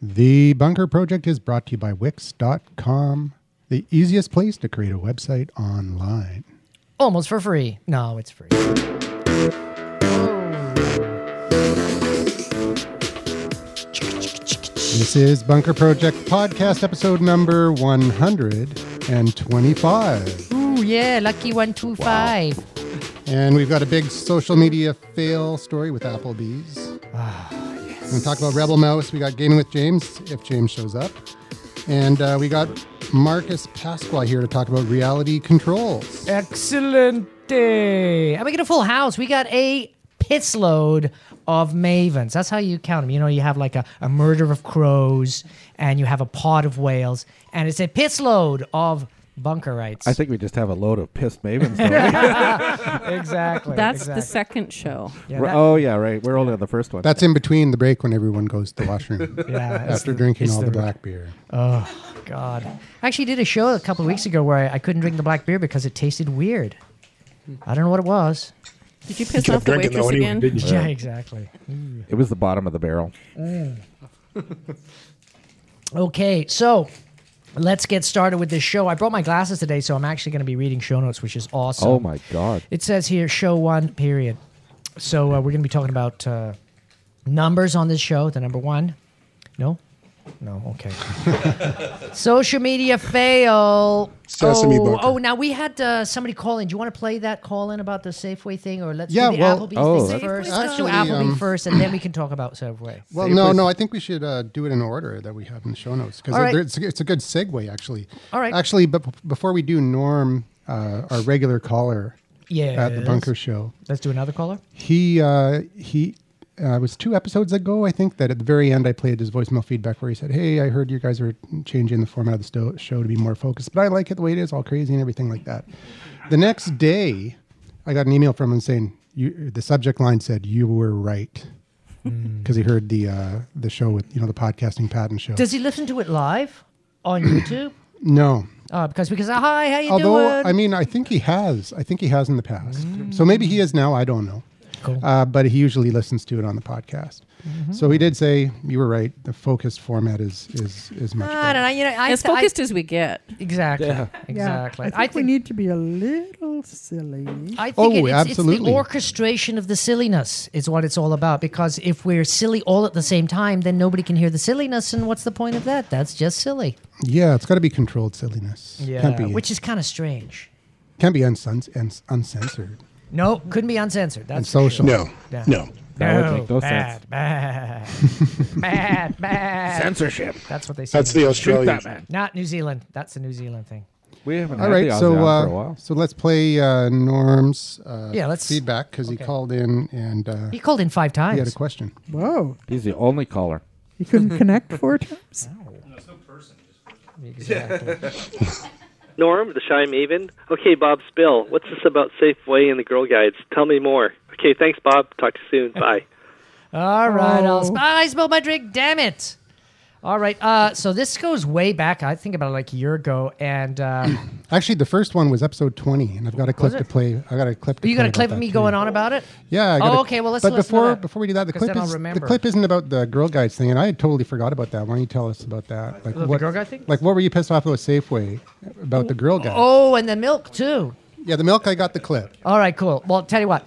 The Bunker Project is brought to you by Wix.com, the easiest place to create a website online. Almost for free. No, it's free. This is Bunker Project Podcast, episode number 125. Ooh, yeah, lucky one two five. And we've got a big social media fail story with Applebee's. We're going to talk about Rebel Mouse. We got Gaming with James, if James shows up. And uh, we got Marcus Pasqua here to talk about reality controls. Excellent day. And we get a full house. We got a pits load of mavens. That's how you count them. You know, you have like a, a murder of crows and you have a pod of whales, and it's a pits load of bunkerites. I think we just have a load of pissed mavens. Though. exactly. That's exactly. the second show. Yeah, We're- that- oh yeah, right. We're only on the first one. That's in between the break when everyone goes to the washroom yeah, it's after the- drinking it's all the black beer. God. I actually did a show a couple of weeks ago where I, I couldn't drink the black beer because it tasted weird. I don't know what it was. Did you piss off the waitress again? Yeah, exactly. it was the bottom of the barrel. Mm. Okay, so let's get started with this show. I brought my glasses today, so I'm actually going to be reading show notes, which is awesome. oh my god. It says here, show one, period. So uh, we're going to be talking about uh, numbers on this show, the number one. No? No, okay. Social media fail. Sesame oh, Bunker. oh, now we had uh, somebody call in. Do you want to play that call in about the Safeway thing, or let's Yeah, do the well- Applebee's Oh, thing that- first? actually, let's do Applebee um, first, and then we can talk about Safeway. Well, Safeway- no, no. I think we should uh, do it in order that we have in the show notes because All right. it's, it's a good segue, actually. All right. Actually, but b- before we do, Norm, uh, our regular caller at the Yes. Bunker Show, Let's do another caller. he uh, he uh, it was two episodes ago, I think, that at the very end I played his voicemail feedback where he said, "Hey, I heard you guys are changing the format of the sto- show to be more focused, but I like it the way it is, all crazy and everything like that." The next day, I got an email from him saying, you, "The subject line said you were right." Because he heard the uh, the show with you know the podcasting patent show. Does he listen to it live on YouTube? no, Uh, because we can say, hi, how you although doing? I mean I think he has. I think he has in the past. So maybe he is now. I don't Mm. know. Cool. Mm-hmm. uh, but he usually listens to it on the podcast. So he did say you were right. The focused format is is is much I better. don't know. You know, I, As I- focused as we get. Exactly. Exactly. I think, we need to be a little silly. I think Oh, it- it's, it's the absolutely. orchestration of the silliness is what it's all about. Because if we're silly all at the same time, then nobody can hear the silliness, and what's the point of that? That's just silly. Yeah, it's got to be controlled silliness. can't be which is kind of strange. can't be unsuns- uns- uncensored. No, couldn't be uncensored. That's And for social. Sure. No, Yeah. no. That would No, make no bad, sense. Bad, bad, bad. Censorship. That's what they say. That's the Australian. not New Zealand. That's the New Zealand thing. We haven't All had right, the Aussie so on for a uh, while. so let's play uh, Norm's uh, Yeah, let's- feedback because okay. he called in and uh, He called in five he had a times. question. Whoa, He's the only caller. you couldn't connect four times? Exactly. Norm, the shy maven. Okay, Bob Spill, what's this about Safeway and the Girl Guides? Tell me more. Okay, thanks, Bob. Talk to you soon. Bye. All right, I'll Oh. sp- Ah, I spilled my drink. Damn it! All right, uh, so this goes way back. I think about like a year ago, and uh, Actually, the first one was episode twenty, and I've got a clip it? to play. I got a clip. To you got a play clip about of me that, going too. on about it. Yeah. I Oh, gotta- okay, well, let's But listen to before that, before we do that, the 'cause clip then I'll is the remember. clip isn't about the Girl Guides thing, and I had totally forgot about that. Why don't you tell us about that? Like The Girl Guide thing? Like what were you pissed off about Safeway about the Girl Guide? Oh, and the milk too. Yeah, the milk. I got the clip. All right, cool. Well, tell you what,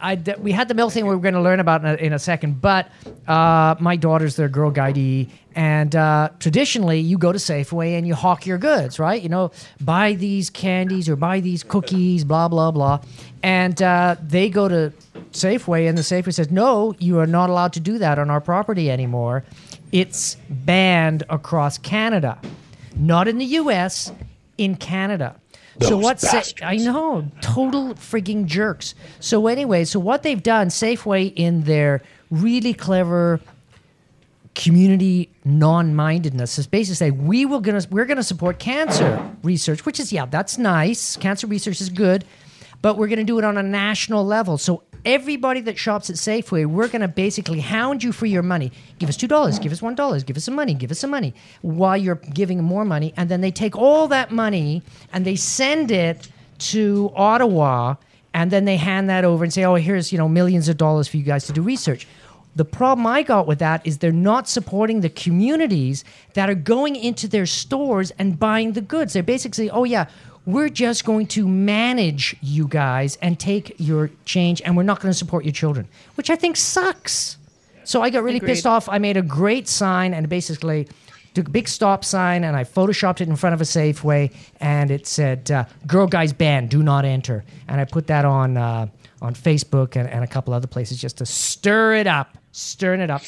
I d- we had the milk thing we were going to learn about in a, in a second, but uh, my daughter's their girl guidee, and uh, traditionally you go to Safeway and you hawk your goods, right? You know, buy these candies or buy these cookies, blah blah blah, and uh, they go to Safeway, and the Safeway says, no, you are not allowed to do that on our property anymore. It's banned across Canada, not in the U.S., in Canada. so Those what's bastards. I know, total frigging jerks. So anyway, so what they've done, Safeway in their really clever community non-mindedness is basically say we will gonna we're gonna support cancer research, which is yeah, that's nice. Cancer research is good, but we're gonna do it on a national level. So everybody that shops at Safeway, we're gonna basically hound you for your money. Give us two dollars, give us one dollar, give us some money, give us some money, while you're giving more money, and then they take all that money and they send it to Ottawa and then they hand that over and say, "Oh, here's you know millions of dollars for you guys to do research." The problem I got with that is they're not supporting the communities that are going into their stores and buying the goods. They're basically, oh yeah, we're just going to manage you guys and take your change, and we're not going to support your children, which I think sucks. So I got really Agreed. pissed off. I made a great sign and basically took a big stop sign and I photoshopped it in front of a Safeway and it said uh, "Girl Guys Ban Do Not Enter" and I put that on uh, on Facebook and, and a couple other places just to stir it up, stirring it up.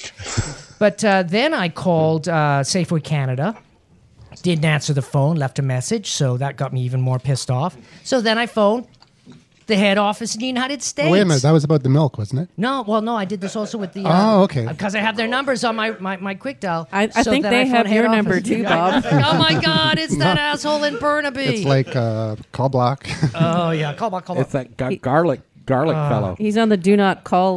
but uh, then I called uh, Safeway Canada didn't answer the phone, left a message, so that got me even more pissed off. So then I phoned the head office in the United States. Oh, wait a minute. That was about the milk, wasn't it? no, well, no, I did this also with the. um, Oh, okay. Because I have their numbers on my, my, my quick dial. I- oh. I think then they phoned have head your office. number too, Bob. oh my God, it's that asshole in Burnaby. It's like uh, call block. Uh, oh yeah, call back, call back. It's that ga- garlic garlic fellow. He's on the do not call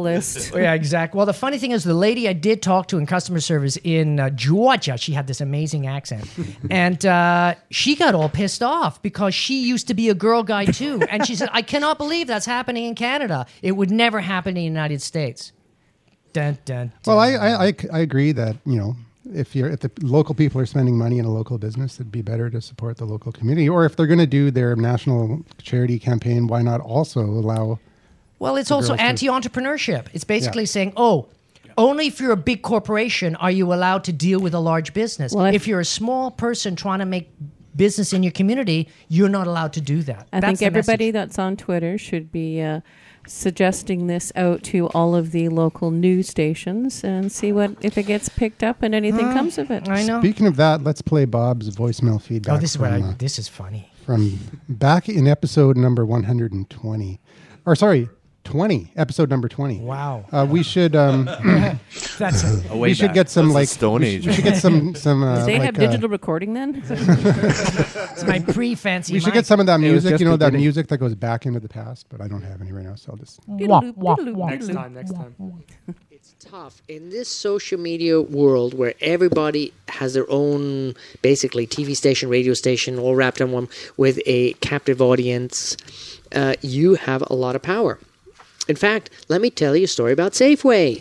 list. yeah, exactly. Well, the funny thing is, the lady I did talk to in customer service in uh, Georgia, she had this amazing accent, and uh, she got all pissed off because she used to be a girl guy too, and she said, "I cannot believe that's happening in Canada. It would never happen in the United States." Dun, dun, dun. well, I, I, I, c- I agree that, you know, if you're if the local people are spending money in a local business, it'd be better to support the local community. Or if they're going to do their national charity campaign, why not also allow? Well, it's also girls do. anti entrepreneurship. It's basically Yeah. saying, oh, only if you're a big corporation are you allowed to deal with a large business. Well, I- if you're a small person trying to make business in your community, you're not allowed to do that. I That's think the message. everybody that's on Twitter should be uh, suggesting this out to all of the local news stations and see what if it gets picked up and Mm, anything comes of it. I know. Speaking of that, let's play Bob's voicemail feedback. Oh, this is what from, I, uh, this is funny. from back in episode number 120 or sorry 20 episode number 20 Wow. uh, we should um, That's it. Oh, we should get some That's the like Stone we, sh- Age. we should get some some uh, Do they like, have uh, digital recording then? It's my pre fancy. we should get some of that It was music just you know that beginning. music that goes back into the past but i don't have any right now so i'll just Next time, next time. It's tough in this social media world where everybody has their own basically TV station, radio station, all wrapped in one with a captive audience. Uh, you have a lot of power. In fact, let me tell you a story about Safeway.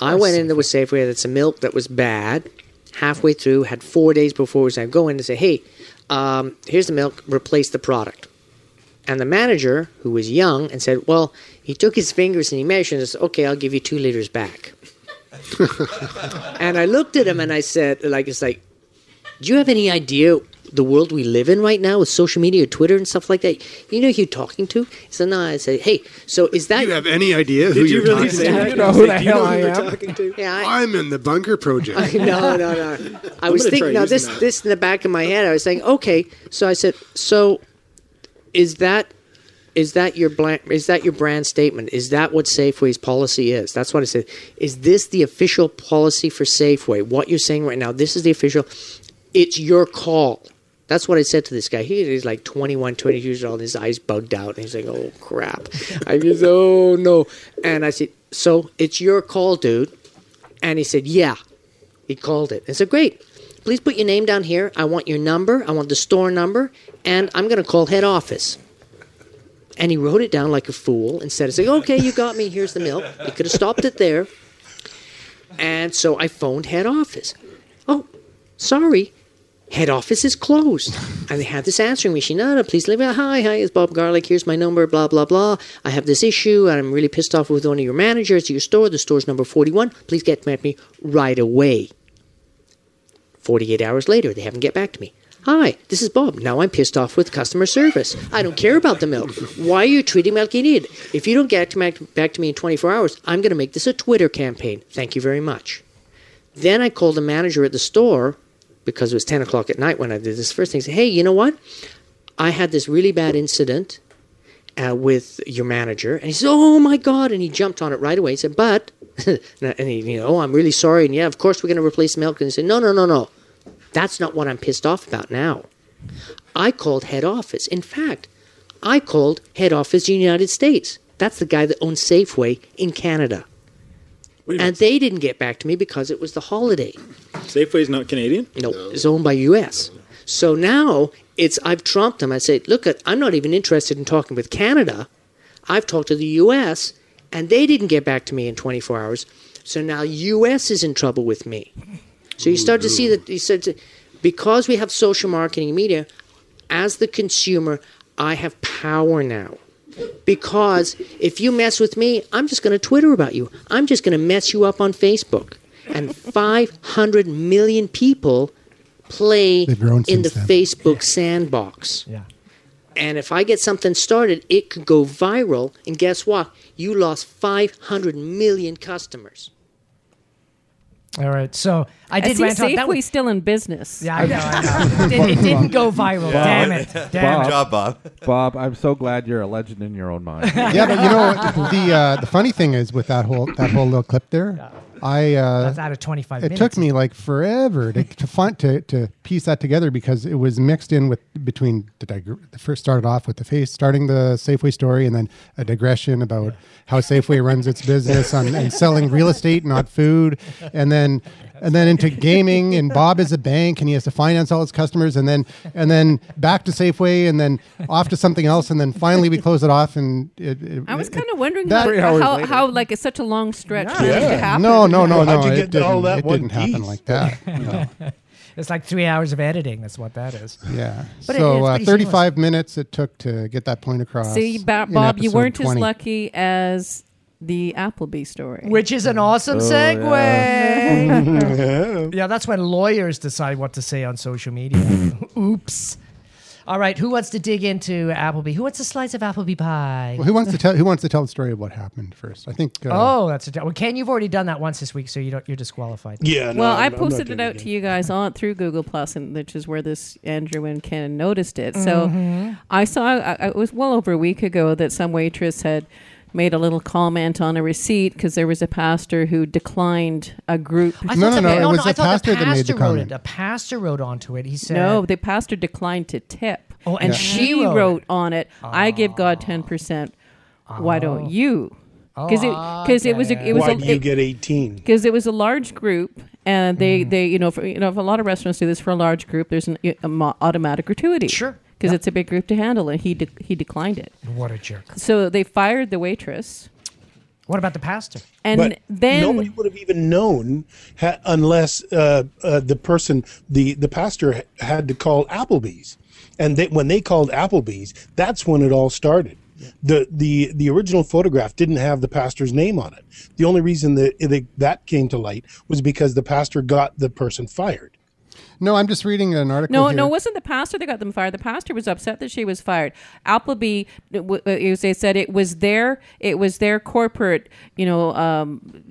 I went in there with Safeway. That's a milk that was bad. Halfway through, had four days before it was. I go in and say, "Hey, um, here's the milk. Replace the product." And the manager, who was young, and said, "Well, he took his fingers and he measured. And said, okay, I'll give you two liters back." and I looked at him and I said, "Like it's like, do you have any idea the world we live in right now with social media, Twitter, and stuff like that? You know who you're talking to?" So now I say, "Hey, so is that?" any idea who Did you really say that? to? know It's who the like, "Do you hell know I who they're am?" talking to? Yeah, I- I'm in the bunker project. no, no, no. I was gonna try thinking, no, using this, that. this in the back of my head. I was saying, okay. So I said, so is that is that your brand, is that your brand statement? Is that what Safeway's policy is? That's what I said. Is this the official policy for Safeway? What you're saying right now, this is the official. It's your call. That's what I said to this guy. He is like 21, 22 years old. And his eyes bugged out. And he's like, oh, crap. I said, oh, no. And I said, so it's your call, dude. And he said, yeah. He called it. I said, great. Please put your name down here. I want your number. I want the store number. And I'm going to call head office. And he wrote it down like a fool instead of saying, okay, you got me. Here's the milk. He could have stopped it there. And so I phoned head office. Oh, sorry. Head office is closed. And they have this answering machine. No, no, please leave it. Hi, hi, it's Bob Garlic. Here's my number, blah, blah, blah. I have this issue, and I'm really pissed off with one of your managers at your store. The store's number 41. Please get back to me right away. 48 hours later, they haven't get back to me. Hi, this is Bob. Now I'm pissed off with customer service. I don't care about the milk. Why are you treating me like an idiot? If you don't get to back, back to me in 24 hours, I'm going to make this a Twitter campaign. Thank you very much. Then I called the manager at the store because it was 10 o'clock at night when I did this first thing. Said, hey, you know what? I had this really bad incident uh, with your manager. And he says, Oh my God. And he jumped on it right away. He said, But, and he, you know, oh, I'm really sorry. And yeah, of course we're going to replace milk. And he said, No, no, no, no. That's not what I'm pissed off about now. I called head office. In fact, I called head office in the United States. That's the guy that owns Safeway in Canada. Wait a And they didn't get back to me because it was the holiday. Safeway's not Canadian. No, it's owned by U.S. So now it's I've trumped them. I say, look, I'm not even interested in talking with Canada. I've talked to the U.S. and they didn't get back to me in 24 hours. So now U.S. is in trouble with me. So you start to see that he said, because we have social marketing media, as the consumer, I have power now. Because if you mess with me, I'm just going to Twitter about you. I'm just going to mess you up on Facebook. And 500 million people play They've grown in the since then. Facebook sandbox. Yeah. And if I get something started, it could go viral. And guess what? You lost 500 million customers. All right. So I I did Uh, see rant on that. Safeway Was, still in business. yeah, I know. I know. it, didn't, it didn't go viral. Damn it. Damn Bob. Good job, Bob. Bob, I'm so glad you're a legend in your own mind. yeah, but you know what? the uh, the funny thing is with that whole that whole little clip there, I it. uh, That's out of 25 it minutes. took me like forever to to, find, to to piece that together because it was mixed in with between the, dig- the first started off with the face starting the Safeway story and then a digression about how Safeway runs its business on and selling real estate not food and then and then into gaming and Bob is a bank and he has to finance all his customers and then and then back to Safeway and then off to something else and then finally we close it off and it, it I was it- kind of wondering That- Three how, hours how, later. how like it's such a long stretch for this to happen. No, no, no, Oh, no. How'd you it get didn't, all that it one didn't happen piece? like that. No. It's like three hours of editing. That's what that is. Yeah. But it- it's so uh, pretty 35 minutes it took to get that point across. See, Ba- in Bob, you episode weren't as 20. lucky as the Appleby story. Which is an awesome segue. Oh, Yeah. that's when lawyers decide what to say on social media. Oops. All right, who wants to dig into Applebee? Who wants a slice of Applebee pie? Well, who wants to tell? Who wants to tell the story of what happened first? I think. Uh, Oh, that's a well, Ken. You've already done that once this week, so you don't, you're disqualified. Yeah. Well, I posted it out to you guys on through Google Plus, and which is where this Andrew and Ken noticed it. So Mm-hmm. I saw I, it was well over a week ago that some waitress had made a little comment on a receipt because there was a pastor who declined a group. I No, thought no, the- no, it was I the thought pastor that made the wrote comment. it. A pastor wrote onto it. He said, no, the pastor declined to tip, Oh, and she she wrote wrote, it. Ah. on it, "I give God ten percent. Why Oh. don't you?" Because Ah, it because it was a, it was Why a, do you it- get 18? because it was a large group and Mm-hmm. they, they you know for, you know if a lot of restaurants do this for a large group there's an a mo- automatic gratuity Sure. because Yep. it's a big group to handle and he de- he declined it "What a jerk." so they fired the waitress What about the pastor? and But then nobody would have even known ha- unless uh, uh, the person, the the pastor, ha- had to call Applebee's, and they, when they called Applebee's, that's when it all started. The, the the original photograph didn't have the pastor's name on it. The only reason that that- that came to light was because the pastor got the person fired. No, I'm just reading an article. no, here. no, it wasn't the pastor that got them fired. The pastor was upset that she was fired. Appleby, it w- it was- they said it was their, it was their corporate, you know, um,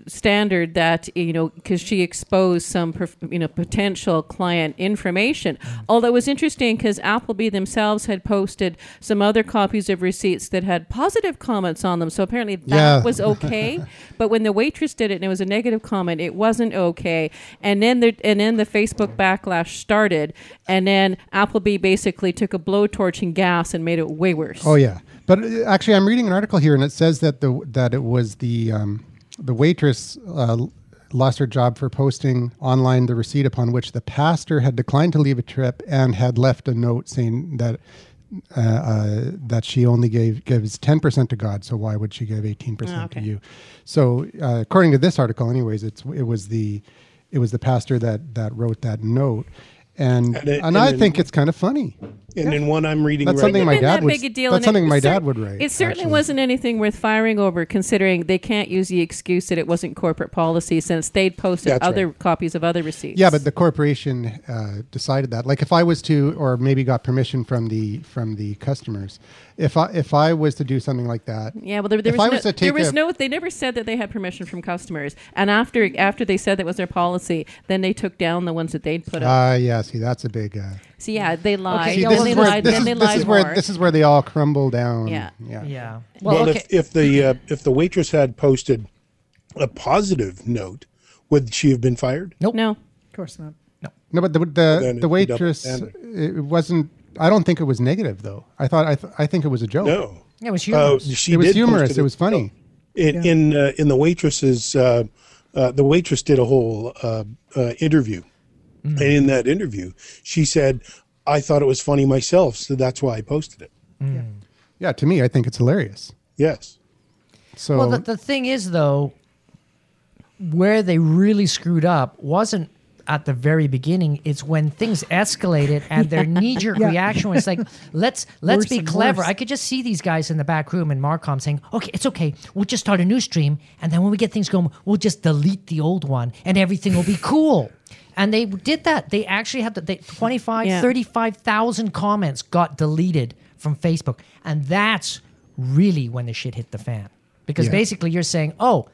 standard that you know because she exposed some, perf- you know, potential client information. Although it was interesting because Appleby themselves had posted some other copies of receipts that had positive comments on them. So apparently that Yeah. was okay. but when the waitress did it and it was a negative comment, it wasn't okay. And then the and then the Facebook backlash started, and then Appleby basically took a blowtorch and gas and made it way worse. Oh yeah, but uh, actually, I'm reading an article here, and it says that the that it was the um, the waitress uh, l- lost her job for posting online the receipt upon which the pastor had declined to leave a trip and had left a note saying that. Uh, uh, that she only gave gives ten percent to God, so why would she give eighteen percent to you? So, uh, according to this article, anyways, it's it was the it was the pastor that that wrote that note, and and, And it- and I then- think it's kind of funny. And in one I'm reading That's right something now, my been dad that would. big a deal. that's and it something my cer- dad would write. It certainly actually. wasn't anything worth firing over, considering they can't use the excuse that it wasn't corporate policy since they'd posted That's other right. copies of other receipts. Yeah, but the corporation uh, decided that. Like, if I was to, or maybe got permission from the from the customers, if I if I was to do something like that, Yeah, well, there, there If was, I no, was to there take was a- no. They never said that they had permission from customers, and after after they said that was their policy, then they took down the ones that they'd put up. Ah, yeah. See, that's a big. Uh, so yeah, they lied. Okay, see, yeah, then well, this they is where lied. this then is, they this lied is where more. this is where they all crumble down. Yeah. yeah. Yeah. Well, Well, okay. if, if the uh, if the waitress had posted a positive note, would she have been fired? no, Of course not. No, but the Uh, the, Then the it's a double waitress, standard. it wasn't. I don't think it was negative though. I thought I th- I think it was a joke. No. Yeah, it was Uh, humorous. she It was did post humorous. as It was a funny. in in uh, in the waitress's uh, uh, the waitress did a whole uh, uh, interview, Mm. and in that interview, she said, "I thought it was funny myself, so that's why I posted it." Yeah, to me, I think it's hilarious. Yes, So well, the, the thing is, though, where they really screwed up wasn't at the very beginning. It's when things escalated and their knee-jerk Yeah. reaction was like, "Let's let's Worse be and clever." worse. I could just see these guys in the back room and Marcom saying, "Okay, it's okay. We'll just start a new stream, and then when we get things going, we'll just delete the old one, and everything will be cool." And they did that. They actually had the, they, 25, Yeah. 35,000 comments got deleted from Facebook. And that's really when the shit hit the fan. Because Yeah. basically you're saying, oh,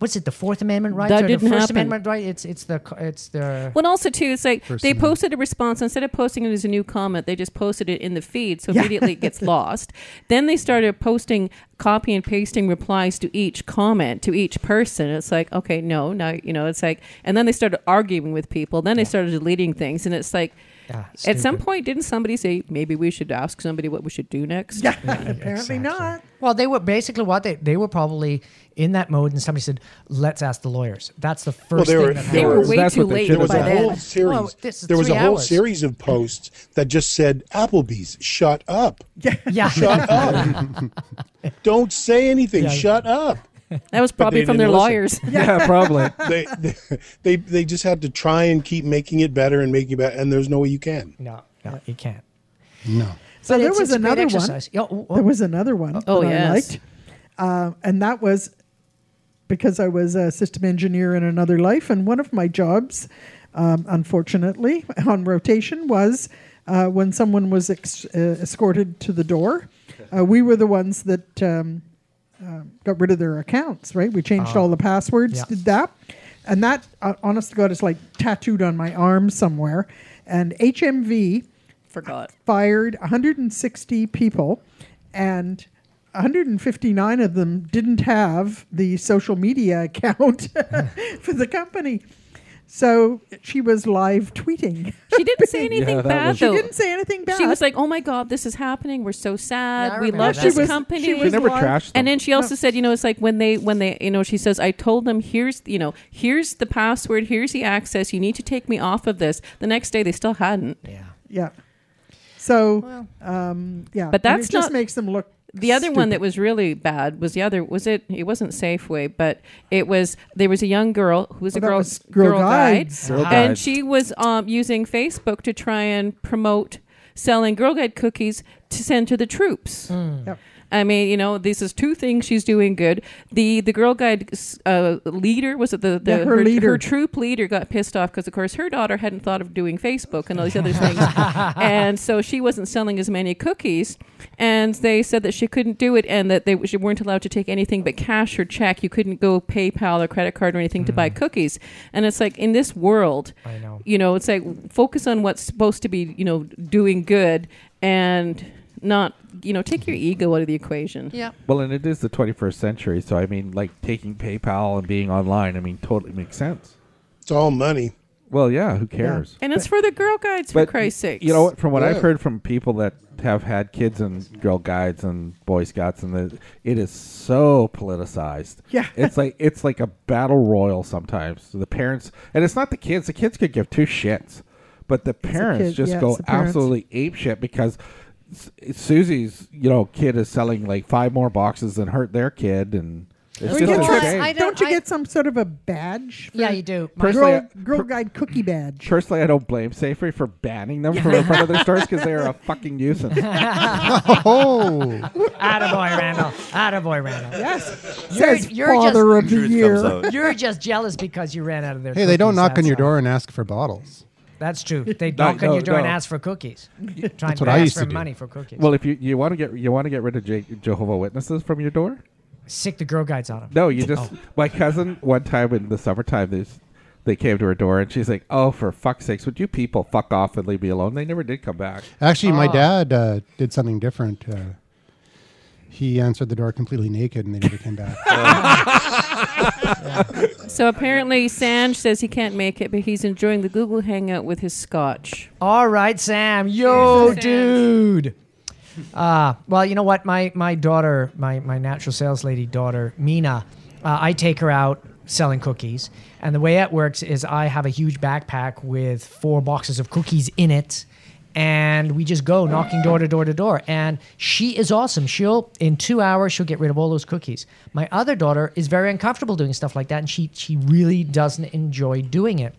what's it, the Fourth Amendment right? That or didn't the First happen. Amendment right? It's, it's the, co- it's the, Well, and also too, it's like Uh, First they Amendment. posted a response instead of posting it as a new comment. They just posted it in the feed, so Yeah. immediately it gets lost. Then they started posting, copy and pasting replies to each comment to each person. It's like, okay, no, no, you know, it's like, and then they started arguing with people. Then they started deleting things, and it's like, yeah, at some stupid. point, didn't somebody say maybe we should ask somebody what we should do next? Yeah, apparently not. Well, they were basically what they, they were probably in that mode, and somebody said, "Let's ask the lawyers." That's the first they thing that were- they happened. were way That's too what they late There should've was by a done. whole Well, series. this is there was a three whole hours. series of posts that just said Applebee's, shut up. yeah. Shut up. Don't say anything. Yeah. Shut up. That was they probably from their didn't listen. lawyers. Yeah, probably. They, they they they just had to try and keep making it better and making it better and there's no way you can. No, no, you can't. no. So But there it's- was it's a great another one. exercise. Yeah, oh, oh. There was another one Oh, that I yes. liked, uh, and that was because I was a system engineer in another life, and one of my jobs, um, unfortunately, on rotation was uh, when someone was ex- uh, escorted to the door. Uh, we were the ones that um, um, got rid of their accounts, right? We changed all the passwords, Ah. yeah. did that. And that, uh, honest to God, is like tattooed on my arm somewhere. And HMV Forgot. fired 160 people, and 159 of them didn't have the social media account for the company. So she was live tweeting. She didn't say anything that bad was- She though. didn't say anything bad. She was like, "Oh my God, this is happening. We're so sad. Yeah, I we remember love that. this She was- company." she She was never live. trashed them. and then she also said, you know, it's like when they, when they, you know, she says, I told them, here's, you know, here's the password, here's the access. You need to take me off of this. The next day, they still hadn't. Yeah. yeah. So, Well. um, yeah. But And that's it not- just makes them look. The other one that stupid. was really bad was the other was it it wasn't Safeway but it was there was a young girl who was a Well, Oh, that girl was Girl guide, Guides. Girl and Guides. she was um, using Facebook to try and promote selling Girl Guide cookies to send to the troops. Hmm. Yep. I mean, you know, this is two things she's doing good. The the girl guide uh, leader was it the, the Yeah, her leader. troop leader got pissed off because of course her daughter hadn't thought of doing Facebook and all these other things, and so she wasn't selling as many cookies. And they said that she couldn't do it, and that they she weren't allowed to take anything but cash or check. You couldn't go PayPal or credit card or anything to Mm. buy cookies. And it's like in this world, I know. you know, it's like focus on what's supposed to be, you know, doing good and not, you know, take your ego out of the equation. Yeah. Well, and it is the 21st century, so I mean, like taking PayPal and being online, I mean, totally makes sense. It's all money. Well, yeah, who cares? And it's for the girl guides, for But Christ's sake. You know what? From what I've Yeah. heard from people that have had kids and girl guides and boy scouts, and the, it is so politicized. Yeah. it's like it's like a battle royal sometimes. The parents, and it's not the kids. The kids could give two shits, but the parents kid, just yeah, go it's the parents. absolutely ape shit because. S- Susie's, you know, kid is selling like five more boxes than hurt their kid, and it's Well, just you a know what? shame. I don't- Don't you I- get some sort of a badge? Yeah, you do. My- Personally, Girl, I- girl guide cookie badge. Personally, I don't blame Safeway for banning them from in front of their stores because they are a fucking nuisance. Oh, Attaboy, Randall. Attaboy, Randall. Yes. You're- Says you're father of the Truth year. comes out. You're just jealous because you ran out of their. hey, they don't cookies, knock on that's your all. door and ask for bottles. That's true. They No, knock on your no, door and no. ask for cookies. Trying what to I ask used for to do. money for cookies. Well, if you, you want to get you want to get rid of Je- Jehovah Witnesses from your door, sick the girl guides Oh. on them. no, you just my cousin one time in the summertime they they came to her door and she's like, "Oh, for fuck's sakes, would you people fuck off and leave me alone?" They never did come back. Actually, my Ah. dad uh, did something different. Uh, he answered the door completely naked, and they never came back. So apparently, Sanj says he can't make it, but he's enjoying the Google Hangout with his scotch. All right, Sam. Yo, Sam. dude. Uh, well, you know what? My my daughter, my my natural sales lady daughter, Mina. Uh, I take her out selling cookies, and the way it works is I have a huge backpack with four boxes of cookies in it, and we just go knocking door to door to door. And she is awesome. She'll in two hours she'll get rid of all those cookies. My other daughter is very uncomfortable doing stuff like that, and she she really doesn't enjoy doing it.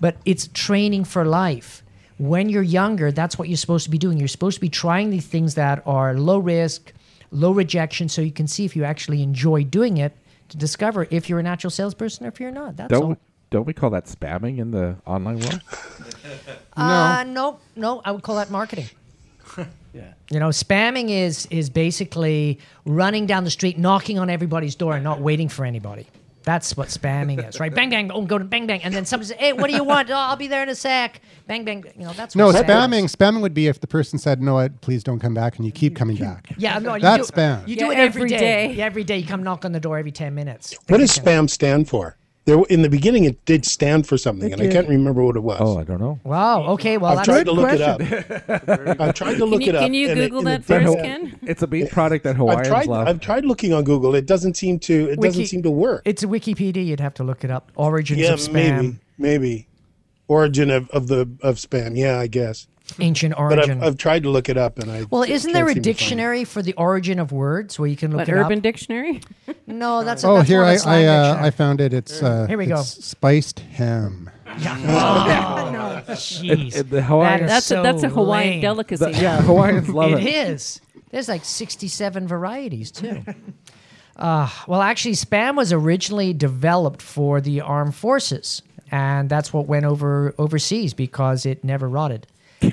But it's training for life. When you're younger, that's what you're supposed to be doing. You're supposed to be trying these things that are low risk, low rejection, so you can see if you actually enjoy doing it to discover if you're a natural salesperson or if you're not. That's all. Don't don't we call that spamming in the online world? Uh, no, no, I would call that marketing. Yeah. You know, spamming is is basically running down the street, knocking on everybody's door, and not waiting for anybody. That's what spamming is, right? Bang bang, oh, go to bang bang, and then somebody says, "Hey, what do you want? Oh, I'll be there in a sec." Bang bang, you know, that's No, what spamming. Spamming would be if the person said, "No, I- please don't come back," and you keep coming back. Is. Yeah, no, you That's do, spam. You Yeah, do it every every day. day. Yeah, every day you come knock on the door every ten minutes. What does spam stand for? There, in the beginning, it did stand for something, and I did. can't remember what it was. Oh, I don't know. Wow. Okay. Well, I've that's tried good to look question. it up. I've tried to look Can you, it up. can you and it- Google and it that first, doesn't- Ken? It's a meat product that Hawaiians I've tried. love. I've tried looking on Google. It doesn't seem to. It doesn't Wiki- seem to work. it's a Wikipedia. You'd have to look it up. Origins yeah, of spam, maybe, maybe. Origin of, of the of spam. Yeah, I guess. ancient But origin. I've, I've tried to look it up, and I. well, c- isn't can't there a seem to find it. dictionary for the origin of words where you can look What, it Urban up? Dictionary? No, that's Oh, that's here more of I a slang I, uh, dictionary. I found it. It's uh, Here we it's go. Spiced ham. no, Oh, jeez. It- it- the Hawaiian- That is That's a, that's a so Hawaiian lame. delicacy. The- yeah, Hawaiians love It it. is. There's like 67 varieties too. Uh, well, actually, spam was originally developed for the armed forces, and that's what went over overseas because it never rotted.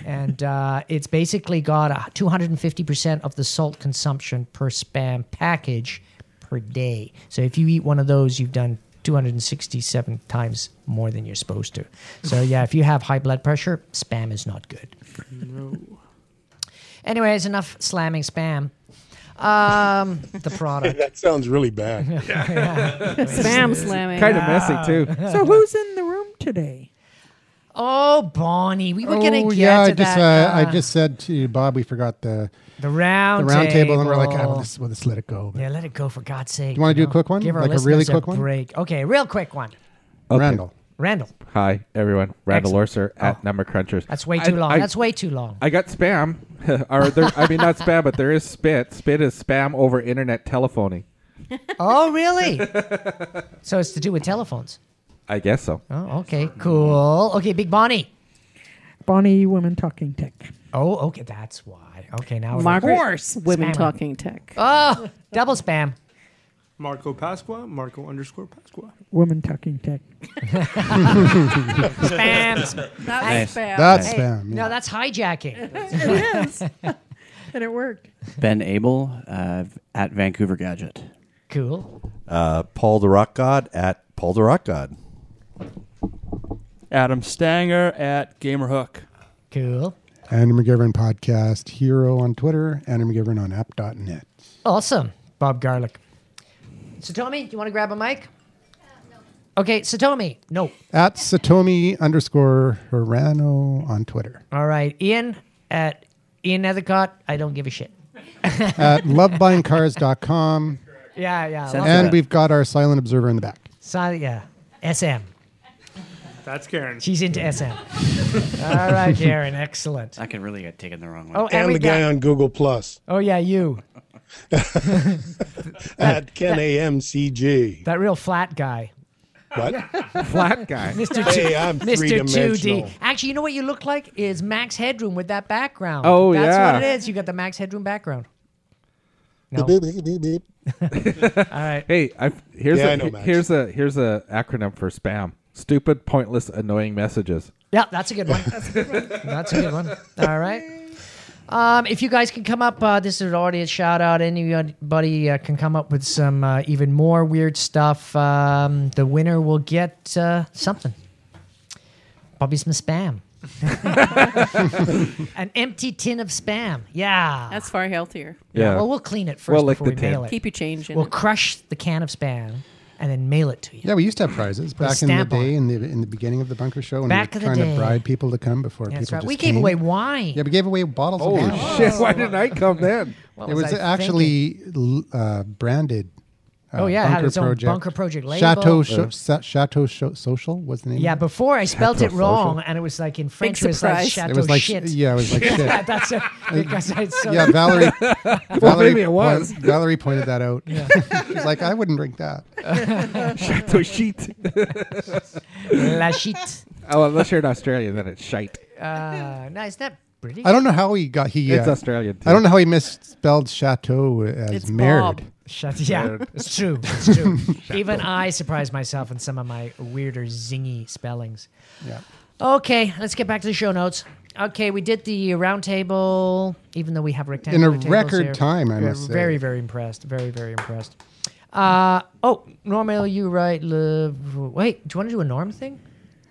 and uh, it's basically got a 250% of the salt consumption per spam package per day. So if you eat one of those, you've done 267 times more than you're supposed to. So, yeah, if you have high blood pressure, spam is not good. Anyways, enough slamming spam. Um, the product. That sounds really bad. Spam slamming. Kind of messy too. So who's in the room today? Oh, Bonnie, we were gonna Oh, get yeah, to I just that. uh, uh, I just said to Bob, we forgot the the round the round table, table, and we're like, ah, we'll just, we'll just let it go. But yeah, let it go for God's sake. You wanna do a quick one? Give our Like a really listeners quick one? break. Okay, real quick one. Okay. Randall, Randall, Hi, everyone. Randall Orser at Oh. Number Crunchers. that's way I- too long. I- that's way too long. I got spam. or there, I mean, not spam, but there is spit. Spit is spam over internet telephoning. oh, really? so it's to do with telephones. I guess so. Oh, okay, cool. Okay, Big Bonnie. Bonnie, woman talking tech. Oh, okay, that's why. Okay, now we're Margaret, course. women Spamming. talking tech. Oh, double spam. Marco Pasqua, Marco underscore Pasqua. Woman talking tech. Spam. That's Nice. spam. that's Hey, spam. No, Yeah. that's hijacking. it is. and it worked. Ben Abel uh, at Vancouver Gadget. Cool. Uh, Paul the Rock God at Paul the Rock God. Adam Stanger at Gamerhook. Cool. Andrew McGivern podcast hero on Twitter. Andrew McGivern on app.net. Awesome, Bob Garlic. Satomi, do you want to grab a mic? Uh, Okay, Satomi. No. At Satomi underscore Hirano on Twitter. All right, Ian at Ian Nethercott. I don't give a shit. At lovebuyingcars.com. Yeah, yeah. Sounds- lo- And that. we've got our silent observer in the back. so- yeah. SM. That's Karen. She's into SM. All right, Karen. Excellent. That could really get taken the wrong way. Oh, Oh, and, And we the guy got- on Google Plus Oh yeah, you. at Ken AMCG. That real flat guy, What? Flat guy. Mr. Two. Hey, I'm Mr. 2D. three-dimensional. Actually, you know what you look like is Max Headroom with that background. Oh, That's yeah. what it is. You got the Max Headroom background. No. Beep, beep, beep, beep. All right. Hey, I, here's Yeah, a I know, Max. here's a here's a acronym for spam. Stupid, pointless, annoying messages. Yeah, that's a good one. That's a good one. All right. Um, if you guys can come up, uh, this is an audience shout out. Anybody uh, can come up with some uh, even more weird stuff. Um, the winner will get uh, something. Probably some spam. An empty tin of spam. Yeah. That's far healthier. Yeah. Well, we'll clean it 1st We'll lick before the we mail tin. it. Keep your change in. we'll it. crush the can of spam and then mail it to you. Yeah, we used to have prizes a back in the stamp on day it. in the in the beginning of the bunker show and Back we of were the trying day. to bribe people to come before That's people right. just We gave came. away wine. Yeah, we gave away bottles Oh of wine. shit! Why didn't I come then? What It was I actually l- uh, branded Oh, yeah, it had its own Project. Bunker Project Chateau label. Sho- Yeah. Sa- Chateau Sho- Social was the name. Yeah, of it? before I spelled it wrong, and it was like in French, it was like surprise. chateau It was like- shit. yeah, it was like shit. yeah, that's it. Because I so yeah, Valerie. Valerie maybe it was. point- Valerie pointed that out. Yeah. She's like, I wouldn't drink that. Chateau sheet. La sheet. Oh, unless you're in Australia, then it's shite. Uh, no, isn't that British? I don't know how he got he. It's uh, Australian, I don't know how he misspelled chateau as It's married. Bob. Shut, yeah, Married. it's true. It's true. Even I surprised myself in some of my weirder, zingy spellings. Yeah. Okay, let's get back to the show notes. Okay, we did the round table, even though we have In rectangular a tables record here. time, I We're must say. Very, very impressed. Very, very impressed. Uh, oh, normal, you right. Le, wait, do you want to do a norm thing?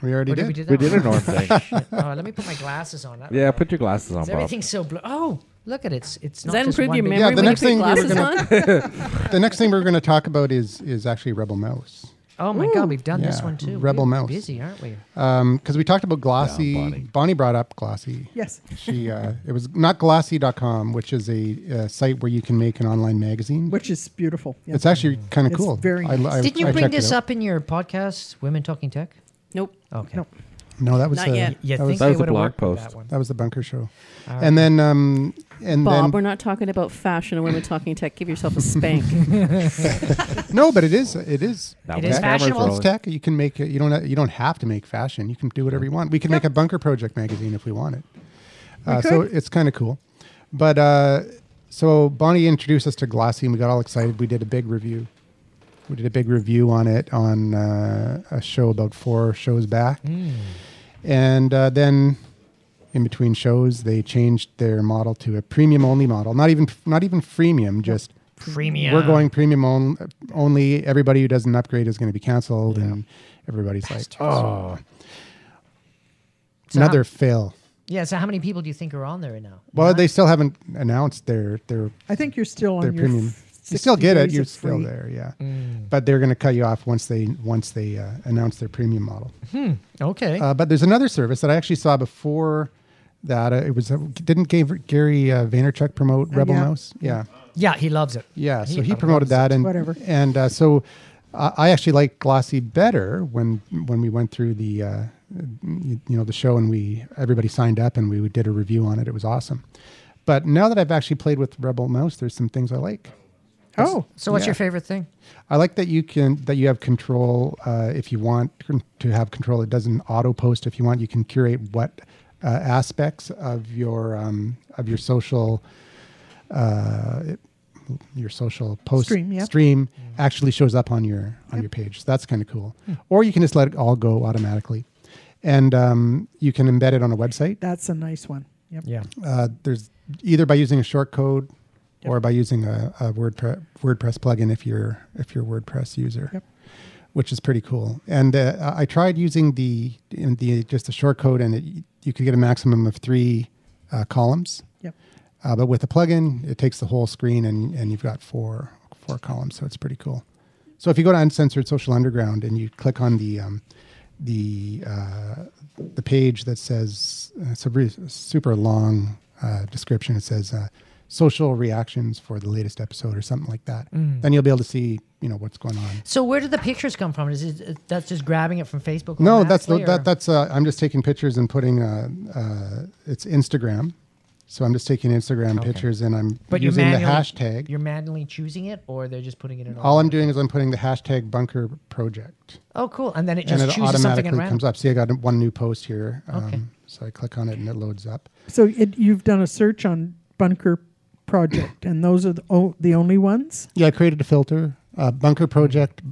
We already Or did. we do that We did a one? norm thing. Shit. Oh, let me put my glasses on. I don't Yeah, know. put your glasses on, Is Bob. everything so blue? Oh, look at it. It's, it's Does not that just improve one your big- memory Yeah, the when next you thing put we were glasses gonna- the next thing we we're going to talk about is is actually Rebel Mouse. Oh my God, we've done this Yeah, one too. Rebel We're Mouse. Busy, aren't we? because we talked about glossy bonnie. brought up glossy Yes. she uh, it was not glossy.com which is a uh, site where you can make an online magazine which is beautiful. Yeah. it's actually kind of It's cool very I lo- nice. I- Didn't you I bring checked it this out. up in your podcast, Women Talking Tech? Nope. Okay. No. no that was Not the, yet. You that think was, that they was a would've blog worked with post. That one? that was the bunker show All and then um and Bob, we're then not talking about fashion and women talking tech. Give yourself a spank. no but it is it is Now It the is camera's fashionable. it's rolling. tech you can make it you don't ha- you don't have to make fashion you can do whatever you want we can make a bunker project magazine if we want it uh, so it's kind of cool but uh so bonnie introduced us to glossy and we got all excited we did a big review we did a big review on it on uh, a show about four shows back Hmm. and uh, then in between shows they changed their model to a premium only model not even not even freemium just Premium. we're going premium on, only. Everybody who doesn't upgrade is going to be canceled, and everybody's like, oh, So another how- fail. Yeah. So how many people do you think are on there now? Well, they still haven't announced their their I think you're still on their your premium. f- You still 60 get it. days You're of still free. Mm. there, yeah. But they're going to cut you off once they once they uh, announce their premium model. Hmm. Okay. Uh, but there's another service that I actually saw before that. Uh, it was uh, didn't Gary, Gary uh, Vaynerchuk promote Rebel yeah. Mouse? Yeah. yeah, he loves it. Yeah, so he loves promoted it. that, and whatever. And uh, so I I actually liked Glossy better when when we went through the uh, you, you know the show and we everybody signed up and we did a review on it. It was awesome. But now that I've actually played with Rebel Mouse, there's some things I like. Oh, So what's Yeah. your favorite thing? I like that you can that you have control uh, if you want to have control. It doesn't auto post if you want. You can curate what uh, aspects of your um, of your social uh, your social post Stream, yeah. stream actually shows up on your on your page. So that's kind of cool. Hmm. Or you can just let it all go automatically, and um, you can embed it on a website. that's a nice one. Yep. Yeah. Uh, there's either by using a short code or by using a, a WordPress WordPress plugin if you're if you're a WordPress user, Yep. which is pretty cool. And uh, I tried using the in the just a short code, and it, you could get a maximum of three uh, columns. Yep. Uh, but with a plugin, it takes the whole screen, and, and you've got four four columns, so it's pretty cool. So if you go to Uncensored Social Underground and you click on the um, the uh, the page that says uh, it's a re- super long uh, description. It says uh, social reactions for the latest episode or something like that. Then you'll be able to see you know what's going on. Mm. So where do the pictures come from? Is it that's just grabbing it from Facebook? No, that's the, automatically, or- that that's uh, I'm just taking pictures and putting uh, uh, it's Instagram. So I'm just taking Instagram pictures and I'm But you're using the manually- hashtag. You're manually choosing it, or they're just putting it in. All I'm doing is I'm putting the hashtag bunker project Oh, cool. And then it and just it chooses something and automatically random. comes up. See, I got one new post here. Um, Okay. So I click on it and it loads up. So it, you've done a search on Bunker Project, and those are the, o the only ones. Yeah, I created a filter, uh, bunker project,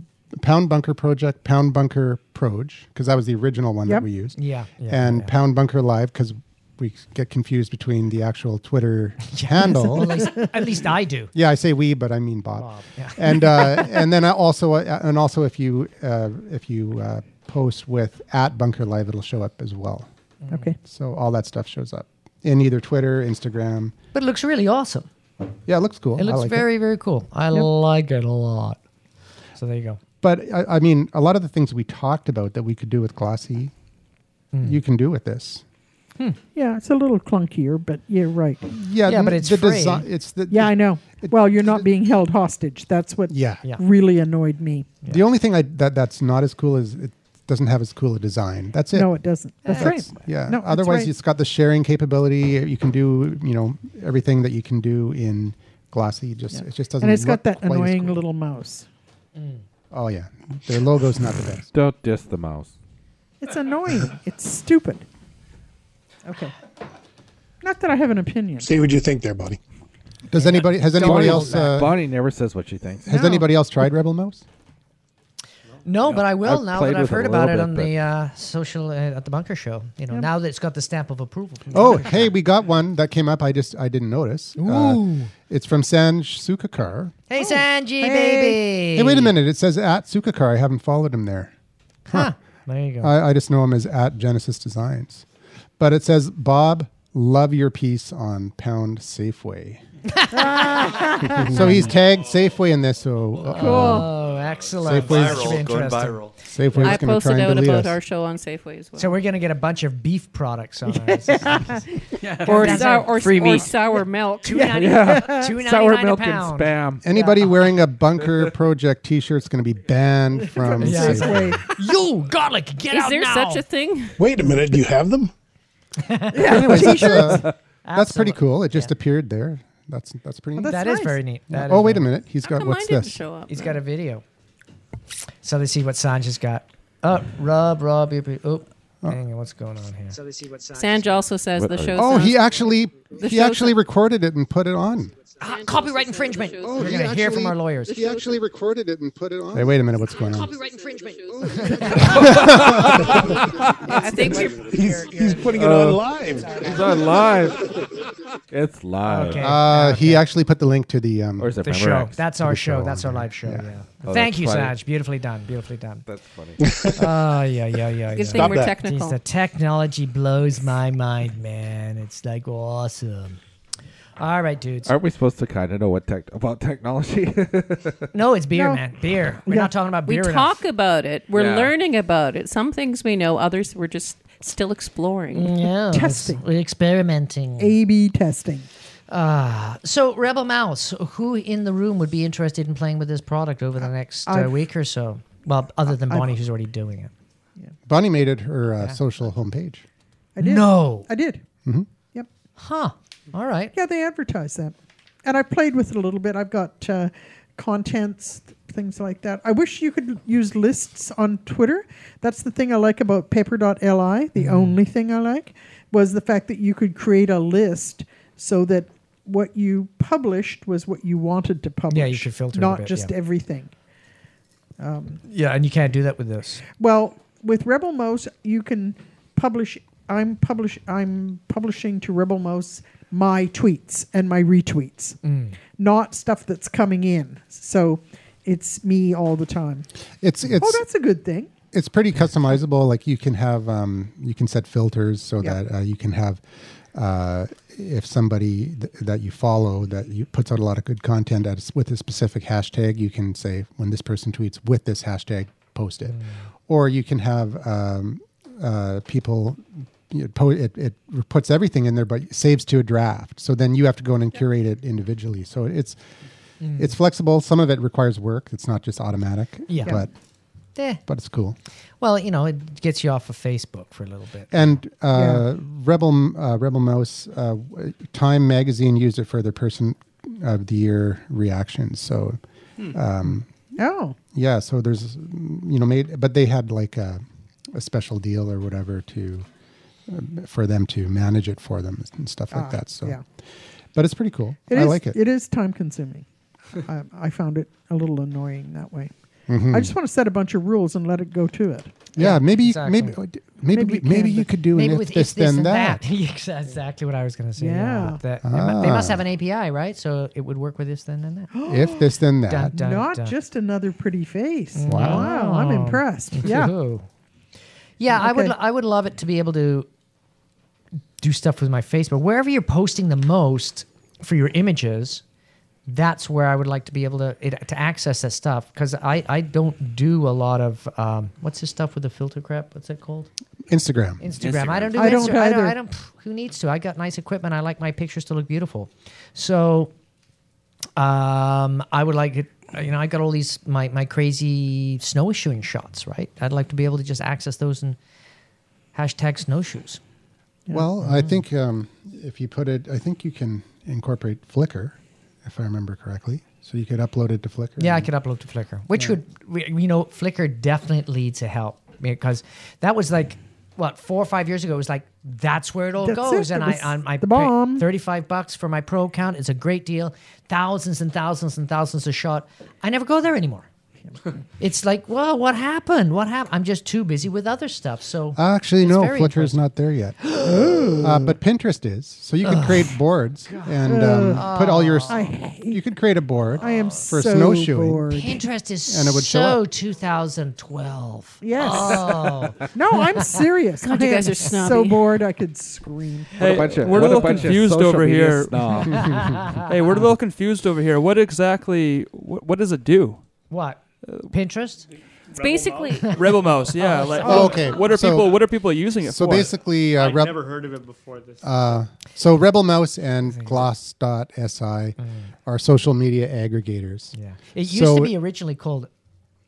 pound bunker project, pound bunker proj, because that was the original one Yep. that we used. Yeah, yeah, and yeah. pound bunker live, because we get confused between the actual Twitter handle. Well, at, least, at least I do. Yeah, I say we, but I mean Bob. Bob, yeah. And uh, and then I also uh, and also if you uh, if you uh, post with at bunker live, it'll show up as well. Mm. Okay. So all that stuff shows up in either Twitter, Instagram. But it looks really awesome. Yeah, it looks cool. It I looks like very, very cool. I like it a lot. So there you go. But I, I Hmm. mean, a lot of the things we talked about that we could do with Glossy, you can do with this. Yeah, it's a little clunkier, but you're right. Yeah, Yeah, the- but it's the free. desi- it's the- yeah, I know. well, you're not being held hostage. That's what Yeah. Yeah. really annoyed me. The only thing I, that that's not as cool is it doesn't have as cool a design. That's it. No, it doesn't. That's right. Yeah. No, that's Otherwise, right. it's got the sharing capability. You can do you know everything that you can do in glossy. Just it just doesn't. and it's got look that quite as annoying cool. little mouse. Mm. Oh yeah, their logo's not the best. Don't diss the mouse. It's annoying. it's stupid. Okay. Not that I have an opinion. Say what you think there, buddy. Does anybody has anybody Bonnie- else uh, Bonnie never says what she thinks. has anybody else tried Rebel Mouse? No, but I will I've now played that I've with it heard a about little it bit, on but- the uh, social uh, at the bunker show. You know, now that it's got the stamp of approval. From the Oh, Bunker Show. hey, we got one that came up. I just I didn't notice. Uh, Ooh. it's from Sanj Sukakar. hey, Sanji, baby. Hey, wait a minute. It says at Sukakar. I haven't followed him there. Huh. There you go. I, I just know him as at Genesis Designs. But it says, Bob, love your piece on Pound Safeway. so he's tagged Safeway in this. So uh-oh. Cool. Oh, excellent. Safeway's That should be Viral, going interesting. viral. Safeway's I going to posted try and out delete about us. our show on Safeway as well. So we're gonna get a bunch of beef products on ours. Yeah. Or sour- or- Free or meat. sour milk. Two Yeah. ninety. Yeah. Two ninety Sour nine a milk and pound. spam. Anybody wearing a Bunker Project T-shirt is going to be banned from Yeah. Safeway. Yo, garlic, get Is out there now. such a thing? Wait a minute, do you have them? Anyways, that's, uh, that's Absolutely. pretty cool. It just appeared there. That's Oh, that's pretty. Well, neat. that's That is nice. very neat. That oh is wait a very- minute, he's got what's didn't this? show up? He's got a video. So they see what Sanj's got. Oh, rub, rub, beep, beep. Oh, hang on, what's going on here? So they see what Sanj. Sanj also says What the are show. you- Oh, he actually The he show's actually on- recorded it and put it on. Ah, copyright infringement. Oh, We're he gonna hear from actually- our lawyers. He actually recorded it and put it on. Hey, wait a minute, what's going on? Copyright infringement. I think we're He's, he's putting it Uh, on live. It's on live. It's live. Okay. Uh, He actually put the link to the um. Or is it The Memorex? show. That's the our show. show That's on our here. live show. Yeah. Oh, Thank that's you, funny. Sanj. Beautifully done. Beautifully done. That's funny. Oh, yeah, yeah, yeah. Good yeah. thing Stop we're that. technical. Jeez, the technology blows my mind, man. It's like awesome. All right, dudes. Aren't we supposed to kind of know what tech about technology? no, it's beer, No. man. Beer. We're Yeah. not talking about We beer. talk about it. We're Yeah. learning about it. Some things we know, others we're just still exploring. Mm, Yeah, Testing. We're experimenting. Ah, A B testing. So, Rebel Mouse, who in the room would be interested in playing with this product over the next uh, I've- week or so? Well, other than Bonnie, who's already doing it. Bonnie made it her uh, social homepage. I did. No. I did. Yep. Huh. All right. Yeah, they advertise that. And I played with it a little bit. I've got uh, contents, things like that. I wish you could use lists on Twitter. That's the thing I like about paper.li. The only thing I like was the fact that you could create a list so that what you published was what you wanted to publish. could filter it a Not bit, just yeah. everything. Um, Yeah, and you can't do that with this. Well, with Rebel Mouse, you can publish. I'm publish. I'm publishing to Rebel Mouse my tweets and my retweets, not stuff that's coming in. So it's me all the time. It's it's oh, that's a good thing. it's pretty customizable. Like you can have, um, you can set filters so Yeah. that uh, you can have, uh, if somebody th- that you follow that you puts out a lot of good content at a s with a specific hashtag, you can say when this person tweets with this hashtag, post it, Mm. or you can have um, uh, people. It, po- it, it puts everything in there, but saves to a draft. So then you have to go in and curate it individually. So it's Mm. it's flexible. Some of it requires work. It's not just automatic. Yeah. but Eh. but it's cool. Well, you know, it gets you off of Facebook for a little bit. And uh, Rebel uh, Rebel Mouse uh, w- Time magazine used it for their Person of the Year reactions. So Hmm. um, Oh, yeah, so there's mm, you know made, but they had like a, a special deal or whatever to uh, for them to manage it for them and stuff like Ah, that. So yeah. but it's pretty cool. It I is- like it. It is time consuming. I, I found it a little annoying that way. I just want to set a bunch of rules and let it go to it. Mm-hmm. yeah, maybe exactly. maybe maybe Maybe maybe, you we, maybe can, you but- could do Maybe an with if this then that. Yeah, That's exactly what I was going to say. Yeah. Yeah. but that- they mu- They Ah. must have an API, right? So it would work with this then and that. if this then that. Dun, dun, Not dun. Mm. just another pretty face. Wow. wow I'm impressed. Yeah. Ooh. Yeah, I would Okay. I would love it to be able to do stuff with my Facebook. Wherever you're posting the most for your images, that's where I would like to be able to it, to access that stuff because I, I don't do a lot of um, what's this stuff with the filter crap? What's it called? Instagram. Instagram. I don't do I don't Insta- I don't, either. I don't- pff, Who needs to? I got nice equipment. I like my pictures to look beautiful. So, um, I would like it. You know, I got all these my my crazy snowshoeing shots. Right. I'd like to be able to just access those and hashtag snowshoes. Mm-hmm. Well, I Mm. think um, if you put it, I think you can incorporate Flickr, if I remember correctly. So you could upload it to Flickr. Yeah, I and- could upload to Flickr, which would would, you know, Flickr definitely to help because that was like what four or five years ago. It was like that's where it all That's goes, it. and It I was on my the bomb. thirty-five bucks for my pro account. It's a great deal. Thousands and thousands and thousands a shot. I never go there anymore. it's like, well, what happened? What happened? I'm just too busy with other stuff. So Actually, it's no, very Flickr is not there yet. uh, but Pinterest is. So you could create boards and um, put all your. Oh. you could create a board. I am for so snowshoeing. bored. Pinterest is And it would so show 2012. Yes. Oh. No, I'm serious. God, you I am guys are so snobby. bored I could scream. What a bunch of- we're what a a little bunch of confused social over media here. snobs. hey, we're a little confused over here. What exactly? What, what does it do? What? Pinterest? It's basically Rebel Mouse, yeah. like, Oh, okay. Um, What are So- people? What are people using it so for? basically, uh, I'd Reb- never heard of it before this. Uh, so Rebel Mouse and Gloss.si Mm. are social media aggregators. Yeah. It used So- to be originally called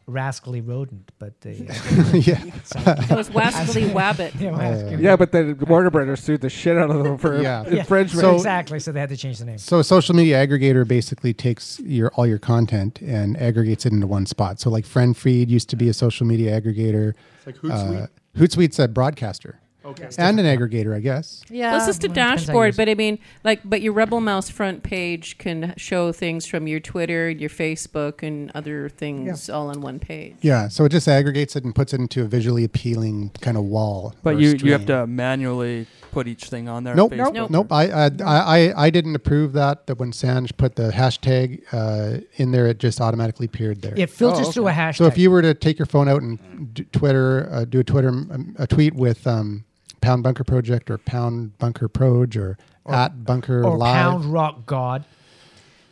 Rascally Rodent, but they. uh, yeah. It was Wascally Wabbit. Yeah, Wascally Yeah, but then Warner Brothers sued the shit out of them for Yeah. Yeah, infringement. So- exactly. So they had to change the name. So a social media aggregator basically takes your all your content and aggregates it into one spot. So like Friend Feed used to be a social media aggregator. It's like Hootsuite? Uh, Hootsuite's a broadcaster. Okay. And an aggregator, I guess. Yeah. Well, it's just a well, it depends how you dashboard, use it. but I mean, like, but your Rebel Mouse front page can show things from your Twitter, your Facebook, and other things all on one page. Yeah. So it just aggregates it and puts it into a visually appealing kind of wall. but or you you stream. have to manually put each thing on there. Nope, Facebook. nope, nope. I, I, I, I didn't approve that. That when Sanj put the hashtag uh, in there, it just automatically appeared there. It filters through a hashtag. So if you were to take your phone out and d- Twitter, uh, do a Twitter, um, a tweet with um, Pound Bunker Project or Pound Bunker Proj or, at Bunker or Live, Pound Rock God,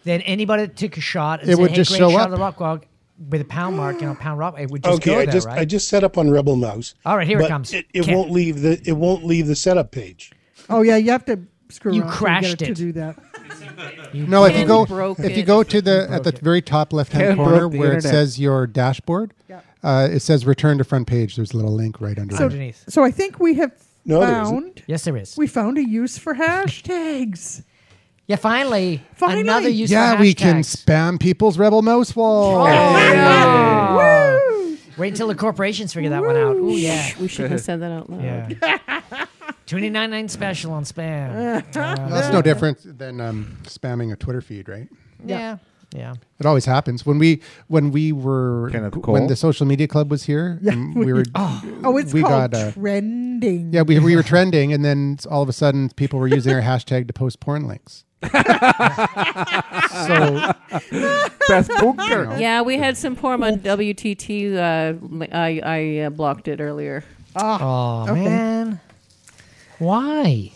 then anybody that took a shot and It said, would hey, just great show shot up. of the Rock God with a pound mark, you know, Pound Rock, it would just Okay, go I there, just right? I just set up on Rebel Mouse. All right, here it but comes. It, it Can't- won't leave the it won't leave the setup page. Oh yeah, you have to screw You around crashed to, get it. to do that. No, if you Ken go broke if you it. go to the at the very top left hand Ken corner broke the where it internet. says your dashboard, uh, it says return to front page. There's a little link right under So, it. underneath. so I think we have No, there isn't. found Yes, there is. we found a use for hashtags. yeah, finally, Finally. another use Yeah, for we can hashtags. spam people's Rebel Mouse Oh, wall. Oh, Wait until the corporations figure that one out. Ooh, yeah. We shouldn't have said that out loud. Yeah. Twenty nine nine special on spam. Uh, That's no different than um, spamming a Twitter feed, right? Yeah. Yeah. It always happens when we when we were Kenneth when Cole. the social media club was here. Yeah, and we- we were. Oh, it's We called got, uh, trending. Yeah, we, we were trending, and then all of a sudden, people were using our hashtag to post porn links. so Best bunker. Yeah, we had some porn on WTT. Uh, I, I uh, blocked it earlier. Oh man, why?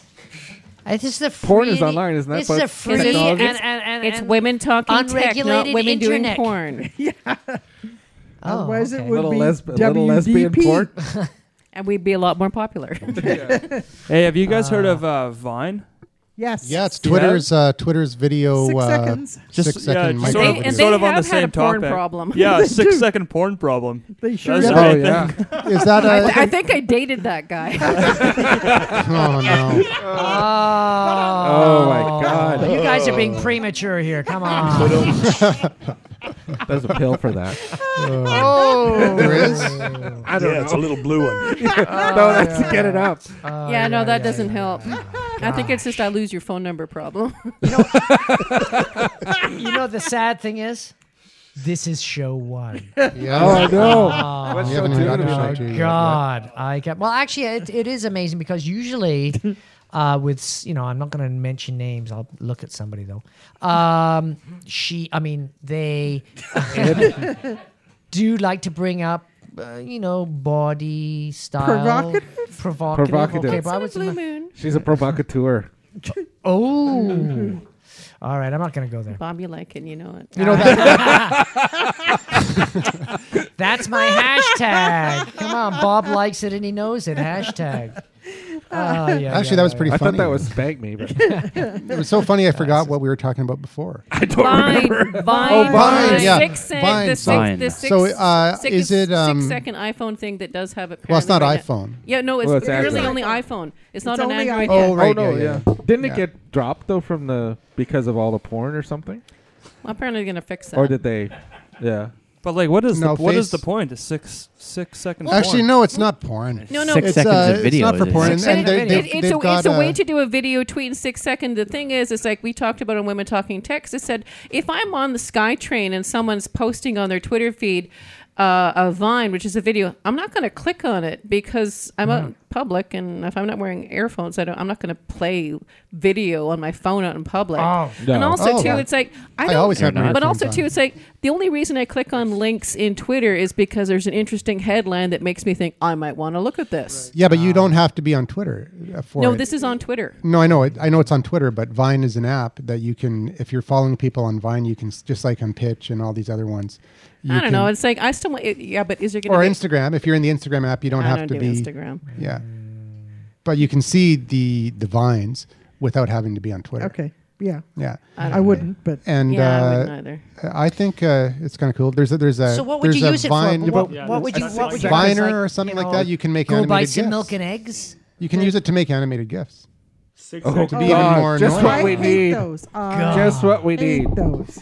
I- This is a Porn is freely- online, isn't that This is a but free and, technology? and, and, it's and- women talking tech, not unregulated women internet. doing porn. Oh, Otherwise, it okay. would Little, be lesb- little WDP. lesbian porn. And we'd be a lot more popular. Hey, have you guys heard of uh, Vine? Yes. yeah, it's Twitter's uh, Twitter's video Six uh, seconds. Just- six second yeah, just micro sort of, They- video. and sort of on have the had same a porn topic. problem. Yeah, They six do. second porn problem. They sure That's do. Oh right. yeah. Is that I, th- a, I think I dated that guy. oh no? Oh, Oh my god. Oh. you guys are being premature here. Come on. There's a pill for that. Oh. There is. I don't yeah, it's a know. little blue one. no, that's get it up. yeah, no, that doesn't help. I think it's just I lose your phone number problem. you know the sad thing is, this is show one. Yeah. Oh, I know. We haven't show even two gotten to gonna show be? two yet. God, I kept. Well, actually, it, it is amazing because usually, uh, with s- you know, I'm not going to mention names. I'll look at somebody though. Um, she, I mean, they do like to bring up. Uh, you know, body style, Provocative? provocative. Provocative. Okay, but I Blue was. moon. She's a provocateur. Oh, All right, I'm not going to go there. Bob, you like it, you know it. You know that. That's my hashtag. Come on, Bob likes it and he knows it. Hashtag. Uh, Oh, Ah, yeah, Actually, yeah, that was yeah, pretty yeah. I funny. thought that was spank me, but it was so funny I forgot what we were talking about before. I don't Vine, Vine, oh, Vine, yeah. Six sec- Vine, the six, the six, so, uh, six- is it, um, six second iPhone thing that does have it? Well, it's apparently not right now. iPhone. Yeah, no, it's, Well, it's really Android. only iPhone. It's not an only Android. iPhone. Oh, yet. right, no, yeah, yeah, yeah. Didn't Yeah. it get dropped though from the because of all the porn or something? Well, apparently, they're gonna fix that. Or did they? Yeah. But like, what is No, the, what is the face- point? A six six second. Actually, no, it's not porn. No, no. Six it's, seconds uh, of video, It's not is for it? porn. Six and- But and it- they- it- they've- it's, they've a, it's got, a uh, way to do a video tweet in six seconds. The thing is, it's like we talked about on Women Talking Text. It said, if I'm on the Sky Train and someone's posting on their Twitter feed uh, a Vine, which is a video, I'm not going to click on it because I'm Mm. out in public, and if I'm not wearing earphones, I don't, I'm not going to play video on my phone out in public. Oh. And No. also, Oh, too, yeah. it's like I, I don't, always have my But also, earphones too, on. it's like the only reason I click on links in Twitter is because there's an interesting headline that makes me think I might want to look at this. Yeah, but you don't have to be on Twitter uh, for No, it. this is on Twitter. No, I know it. I know it's on Twitter, but Vine is an app that you can, if you're following people on Vine, you can s- just like on Pitch and all these other ones. You I don't can- know. It's like I still want. It, yeah, but is there going Or to be? Instagram. If you're in the Instagram app, you don't I have don't to do be. Instagram. Yeah, but you can see the the vines without having to be on Twitter. Okay. Yeah. Yeah, I, wouldn't, but and Yeah, I uh, wouldn't either. I think uh, it's kind of cool. There's a there's a So what would there's you a use it for? vine, What- what- Yeah, what would you? that's What would you? exactly- use, Viner like, or something you like know, that. You can make Go animated buy some gifs. milk and eggs. You can use it to make animated gifs. Six Oh, seconds. to be even God, more just annoying. what we I hate need. those. Uh, I Just what we hate need. those.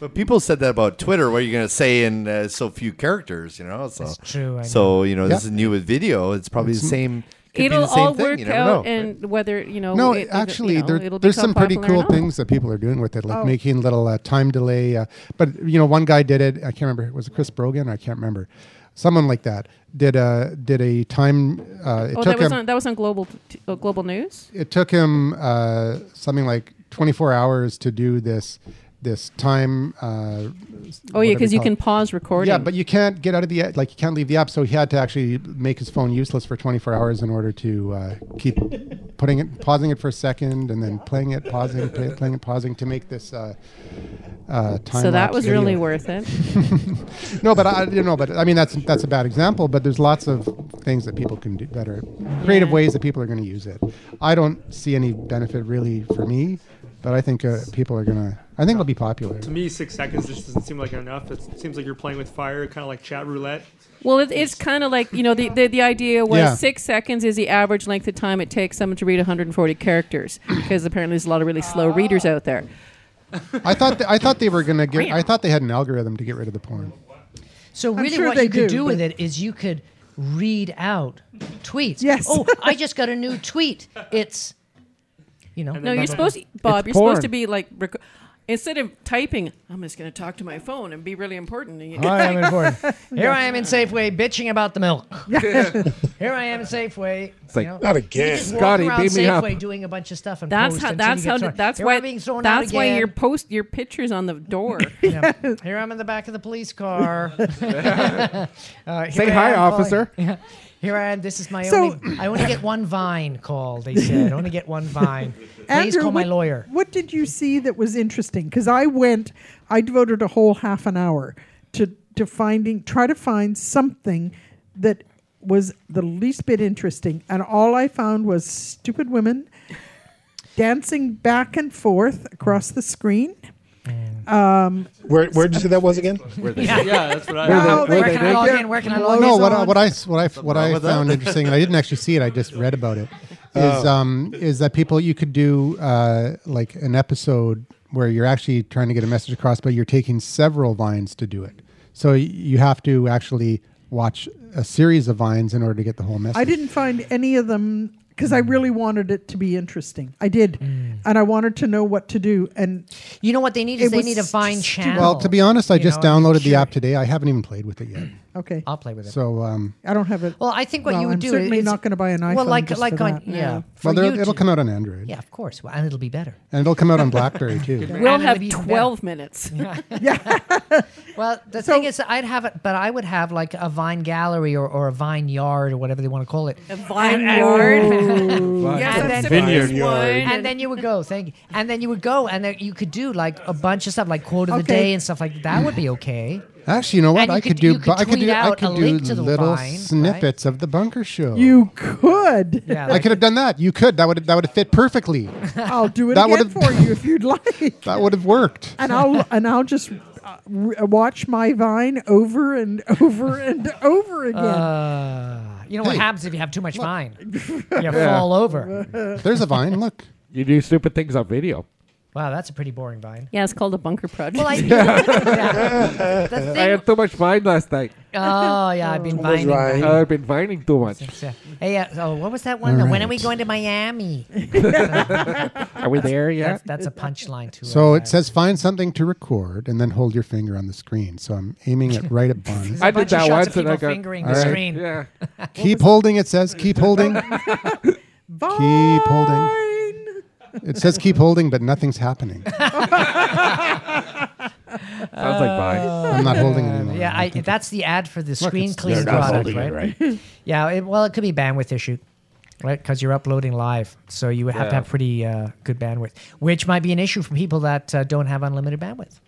But people said that about Twitter. What are you going to say in uh, so few characters? You know, so That's true, I so you know, Yeah. this is new with video. It's probably the same. could be It'll the same all thing. work you never out, know. and whether you know. No, it- it- actually, you know, there- it'll there's become some pretty popular or not. cool things that people are doing with it, like Oh. making little uh, time delay. Uh, but you know, one guy did it. I can't remember. Was it Chris Brogan? I can't remember. Someone like that did a did a time. Uh, it Oh, took that was him. on that was on global t- uh, global news. it took him uh, something like 24 hours to do this this time. Uh, Oh yeah, whatever because you call can it. pause recording. Yeah, but you can't get out of the app. Like you can't leave the app, so he had to actually make his phone useless for 24 hours in order to uh, keep putting it, pausing it for a second, and then playing it, pausing, play, playing it, pausing to make this uh, uh, time. so that lapse was video. really worth it. No, but I you know, but I mean that's that's a bad example. But there's lots of things that people can do better, creative Yeah. ways that people are going to use it. I don't see any benefit really for me, but I think uh, people are gonna. I think it'll be popular. To me, six seconds just doesn't seem like enough. It seems like you're playing with fire, kind of like chat roulette. Well, it, it's kind of like you know the the, the idea was Yeah. six seconds is the average length of time it takes someone to read 140 characters because apparently there's a lot of really slow readers out there. I thought th- I thought they were gonna get. I thought they had an algorithm to get rid of the porn. So really, sure what they you could do, do with it is you could read out tweets. Yes. Oh, I just got a new tweet. It's, you know, No, you're supposed, Bob. You're supposed to be like, rec- instead of typing, I'm just going to talk to my phone and be really important. And you- I am important. Here I am in Safeway bitching about the milk. Here I am in Safeway. like, you know, Not you again. just walk Scotty, around beat me up. Safeway doing a bunch of stuff and That's post how. until you That's get how. thrown. That's Here why. I'm being thrown That's out why again. your post your pictures on the door. Yeah. Here I'm in the back of the police car. Uh, here I Say hi, am calling- officer. Yeah. Here I am. This is my So- only. I only get one vine call. They said I only get one vine. Please Andrew, call my what- lawyer. What did you see that was interesting? Because I went, I devoted a whole half an hour to to finding, try to find something that was the least bit interesting, and all I found was stupid women dancing back and forth across the screen. Um, Where where did you say that was again? Yeah, that's what I. Where Wow, Oh, they can I log in? Where can I log no, in? what I, on. what I s- what I what wrong I with that? found interesting, and I didn't actually see it. I just read about it. Is Oh. um is that people you could do uh, like an episode where you're actually trying to get a message across, but you're taking several vines to do it. So y- you have to actually watch a series of vines in order to get the whole message. I didn't find any of them because I really wanted it to be interesting. I did, Mm. and I wanted to know what to do. And You know what they need is It they was need a Vine just- channel. Well, to be honest, I You just know, I mean, downloaded the sure, app today. I haven't even played with it yet. okay, I'll play with it. So um, I don't have it. well, I think what Well, you would I'm do certainly is not gonna buy an Well, iPhone like just like for on that. yeah. Yeah. for well, there- you it'll to- come out on Android. Yeah, of course. Well, and it'll be better. And it'll come out on BlackBerry too. We'll And it'll be have even better. 12 minutes. Well, the thing is, I'd have it, but I would have like a vine gallery or, or a vine yard or whatever they want to call it. A Vineyard. And Yes, a then Vineyard. Vineyard. and then you would go. Thank you. And then you would go, and then you could do like a bunch of stuff, like quote of the Okay. day and stuff like that. That would be okay. Actually, you know And what? you I could- could, do. you could bu- I could tweet do. I out a could do link to the little vine, right? snippets of the bunker show. You could. Yeah, I could have done that. You could. That would. That would have fit perfectly. I'll do it That again would've- for you if you'd like. That would have worked. And I'll and I'll just uh, re- watch my vine over and over and over again. Uh, you know what Hey, happens if you have too much vine? You Yeah. fall over. There's a vine. Look. You do stupid things on video. Wow, that's a pretty boring vine. Yeah, it's called a bunker project. Well, I, I yeah. The thing- had too much vine last night. Oh yeah, I've been vining. vining. I've been vining too much. Hey, uh, oh, what was that one? All When are we right. going to Miami? Are we there yet? That's, that's a punchline too. So it says find something to record and then hold your finger on the screen. So I'm aiming it right at Bonnie. There's a I did bunch of that shots once of and I people got- fingering All the right. screen. Yeah. Keep holding. It says keep holding. Keep holding. It says keep holding, but nothing's happening. Sounds like vine. I'm not holding it anymore. Oh, Uh, Yeah, I, that's the ad for the screen it's- clean they're not product, holding it, right? yeah, it, well, it could be bandwidth issue, right? Because you're uploading live, so you would have Yeah. to have pretty uh, good bandwidth, which might be an issue for people that uh, don't have unlimited bandwidth.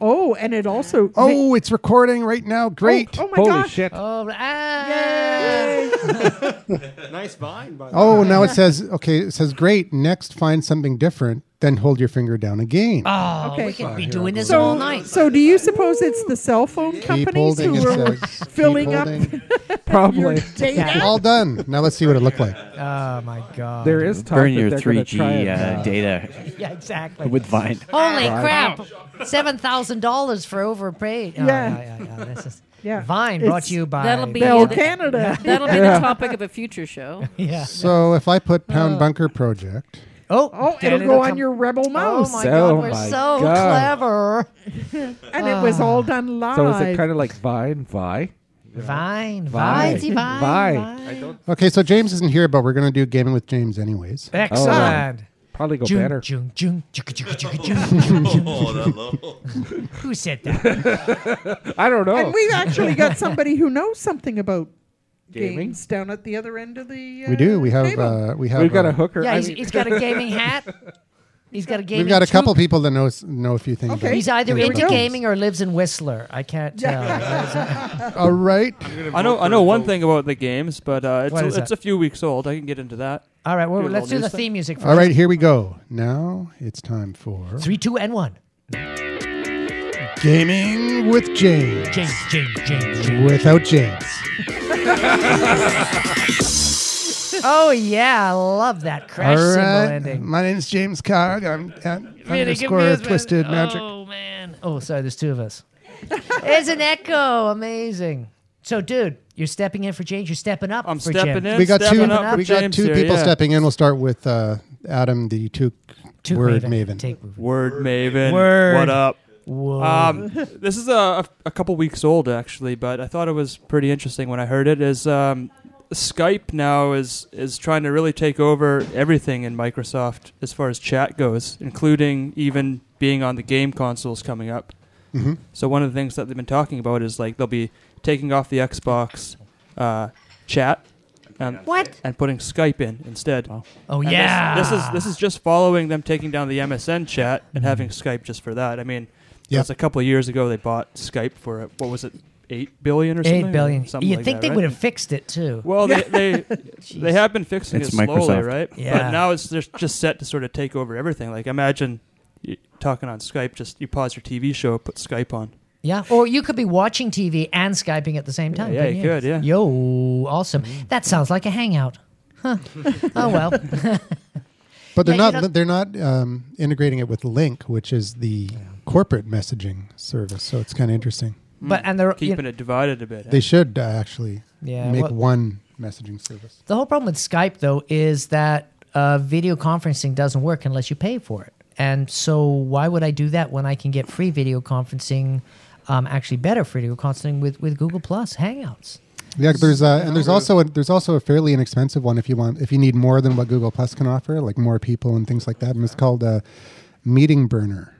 Oh, and it also Oh, it's recording right now. Great. Oh, oh my Holy gosh. shit. Oh, ah. nice vine, by the Oh, way. now it says okay. It says great. Next, find something different. Then hold your finger down again. Oh, Okay. we could be doing this so, all night. So, do you suppose it's the cell phone companies holding, who it are says. Keep filling up? holding. Probably. data? All done. Now let's see what it looked like. Oh my god. There is talk Burn that your they're gonna 3G try and, uh, data. Yeah, exactly. With Vine. Holy Vine. crap! Seven thousand dollars for overpaid. Oh, Yeah. yeah, yeah, yeah. This is Yeah. Vine brought to you by that'll be Bell the- Canada. That'll be Yeah. the topic of a future show. yeah. So if I put pound Uh. bunker project, Oh, oh, then it'll it'll go on come- your Rebel mouse. Oh my So god, we're my so God. clever. Ah. and it was all done live. So is it kind of like vine, vi? Vine, Vine, Vine. Vine, Vine. I don't- okay. So James isn't here, but we're gonna do gaming with James anyways. Excellent. Oh, Probably go Jung, better. jung, jung, chugga, chugga, chugga, jung, jung, Oh, jung, that jung. Who said that? I don't know. And we've actually got somebody who knows something about Gaming? games down at the other end of the. Uh, We do. We have. Uh, we have. We've got uh, a hooker. Yeah, I he's, mean- he's got a gaming hat. He's got a gaming. We've got a toque. couple people that know know a few things. about He's either things into about games. gaming or lives in Whistler. I can't tell. All right. I know. I know one thing about the games, but uh, it's What a, is it's a few weeks old. I can get into that. All right. Well, Do a let's little do the news theme music. All right, here we go. Now it's time for Three, two, and one. gaming with James. James, James, James, James. Without James. oh yeah, I love that crash All cymbal right. ending. My name's James Cog. I'm at Really good underscore music. twisted magic. Oh man. Oh, sorry. There's two of us. There's an echo. Amazing. So, dude, you're stepping in for James. You're stepping up. I'm for stepping Jim. in, we got two. stepping up for we got James two here, people yeah. stepping in. We'll start with uh, Adam, the Took Took word Maven. maven. Word Maven. Word. What up? Whoa. Um, this is a, a, a couple weeks old actually, but I thought it was pretty interesting when I heard it. Is um, Skype now is is trying to really take over everything in Microsoft as far as chat goes, including even being on the game consoles coming up. Mhm. So one of the things that they've been talking about is like they'll be taking off the Xbox uh, chat. And, What? and putting Skype in instead. Oh, And this- yeah. This, is this is just following them taking down the MSN chat and Mm-hmm. having Skype just for that. I mean, Yeah. that's a couple of years ago they bought Skype for uh, what was it, eight billion or something? Eight billion. Something You'd like think that, they right? would have fixed it too. Well, they they, they have been fixing It's it slowly, Microsoft. right? Yeah. But now it's just just set to sort of take over everything. Like imagine you talking on Skype, just you pause your TV show, put Skype on. Yeah, or you could be watching TV and skyping at the same time. yeah, couldn't you could, yeah. Mm. Yo, awesome. That sounds like a hangout. Huh. oh well. But they're Yeah, you not. know- they're not um, integrating it with Link, which is the corporate messaging service. So it's kind of interesting. But- and they're- keeping it divided a bit. They should uh, actually Yeah, make well- one messaging service. The whole problem with Skype, though, is that uh, video conferencing doesn't work unless you pay for it. And so, why would I do that when I can get free video conferencing, um, actually better video conferencing with, with Google Plus Hangouts? Yeah, there's uh, and there's also a, there's also a fairly inexpensive one if you want if you need more than what Google Plus can offer, like more people and things like that. And it's called uh, Oh. Meeting Burner.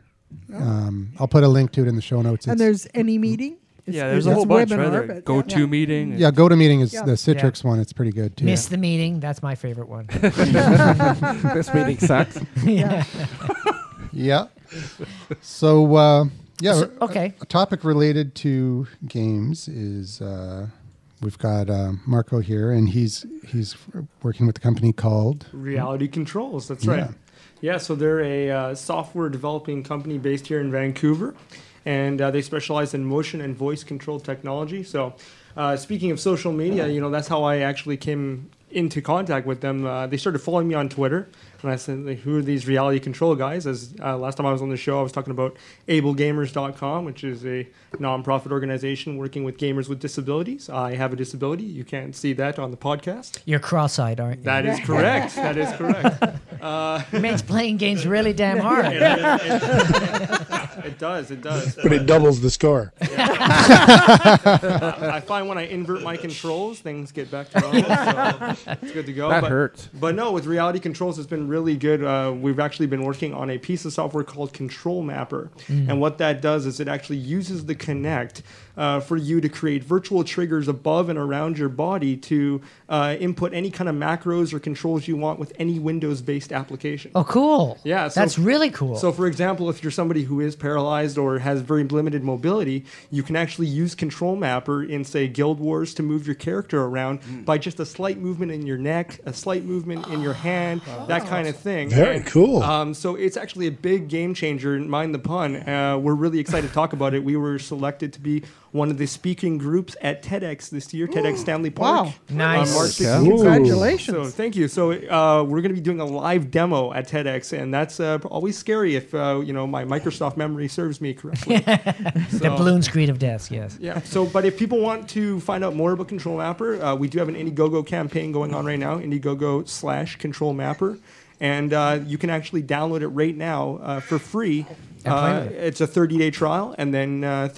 Um, I'll put a link to it in the show notes. and It's- Mm-hmm. there's any meeting. yeah, there's a whole bunch, right? webinar, There- but- Go to yeah. meeting. Yeah, go to meeting is Yeah. the Citrix one. It's pretty good too. Miss the meeting. That's my favorite one. This meeting sucks. yeah. yeah. So uh, yeah. So- okay. A, a topic related to games is uh, we've got uh, Marco here, and he's he's working with a company called Reality Controls. That's Yeah. right. Yeah, so they're a uh, software developing company based here in Vancouver, and uh, they specialize in motion and voice control technology. So, uh, speaking of social media, you know that's how I actually came into contact with them. Uh, they started following me on Twitter, and I said, like, "Who are these Reality Control guys?" As uh, last time I was on the show, I was talking about AbleGamers.com, which is a nonprofit organization working with gamers with disabilities. I have a disability. You can't see that on the podcast. You're cross-eyed, aren't you? That is correct. That is correct. Uh, Makes playing games really damn hard. It, it- it does. It does. But it doubles the score. Yeah. I, I find when I invert my controls, things get back to normal. So it's good to go. That but, hurts. But no, with reality controls, it's been really good. Uh, we've actually been working on a piece of software called Control Mapper, Mm. and what that does is it actually uses the Kinect uh, for you to create virtual triggers above and around your body to uh, input any kind of macros or controls you want with any Windows-based application. Oh, cool. Yeah, so- that's really cool. So, for example, if you're somebody who is paralyzed or has very limited mobility, you can actually use Control Mapper in, say, Guild Wars to move your character around by just a slight movement in your neck, a slight movement in your hand, that kind of thing. Very cool. Um, so, it's actually a big game changer, mind the pun. Uh, we're really excited to talk about it. We were selected to be one of the speaking groups at TEDx this year, TEDx Stanley Park. Wow. on Nice. March Okay. 16th. Ooh. Congratulations. So, thank you. So uh, we're going to be doing a live demo at TEDx, and that's uh, always scary if uh, you know my Microsoft memory serves me correctly. the balloon screen of death. Yes. Yeah. So, but if people want to find out more about Control Mapper, uh, we do have an Indiegogo campaign going on right now. Indiegogo slash Control Mapper, and uh, you can actually download it right now uh, for free. And play Uh, with it's a 30-day trial, and then uh,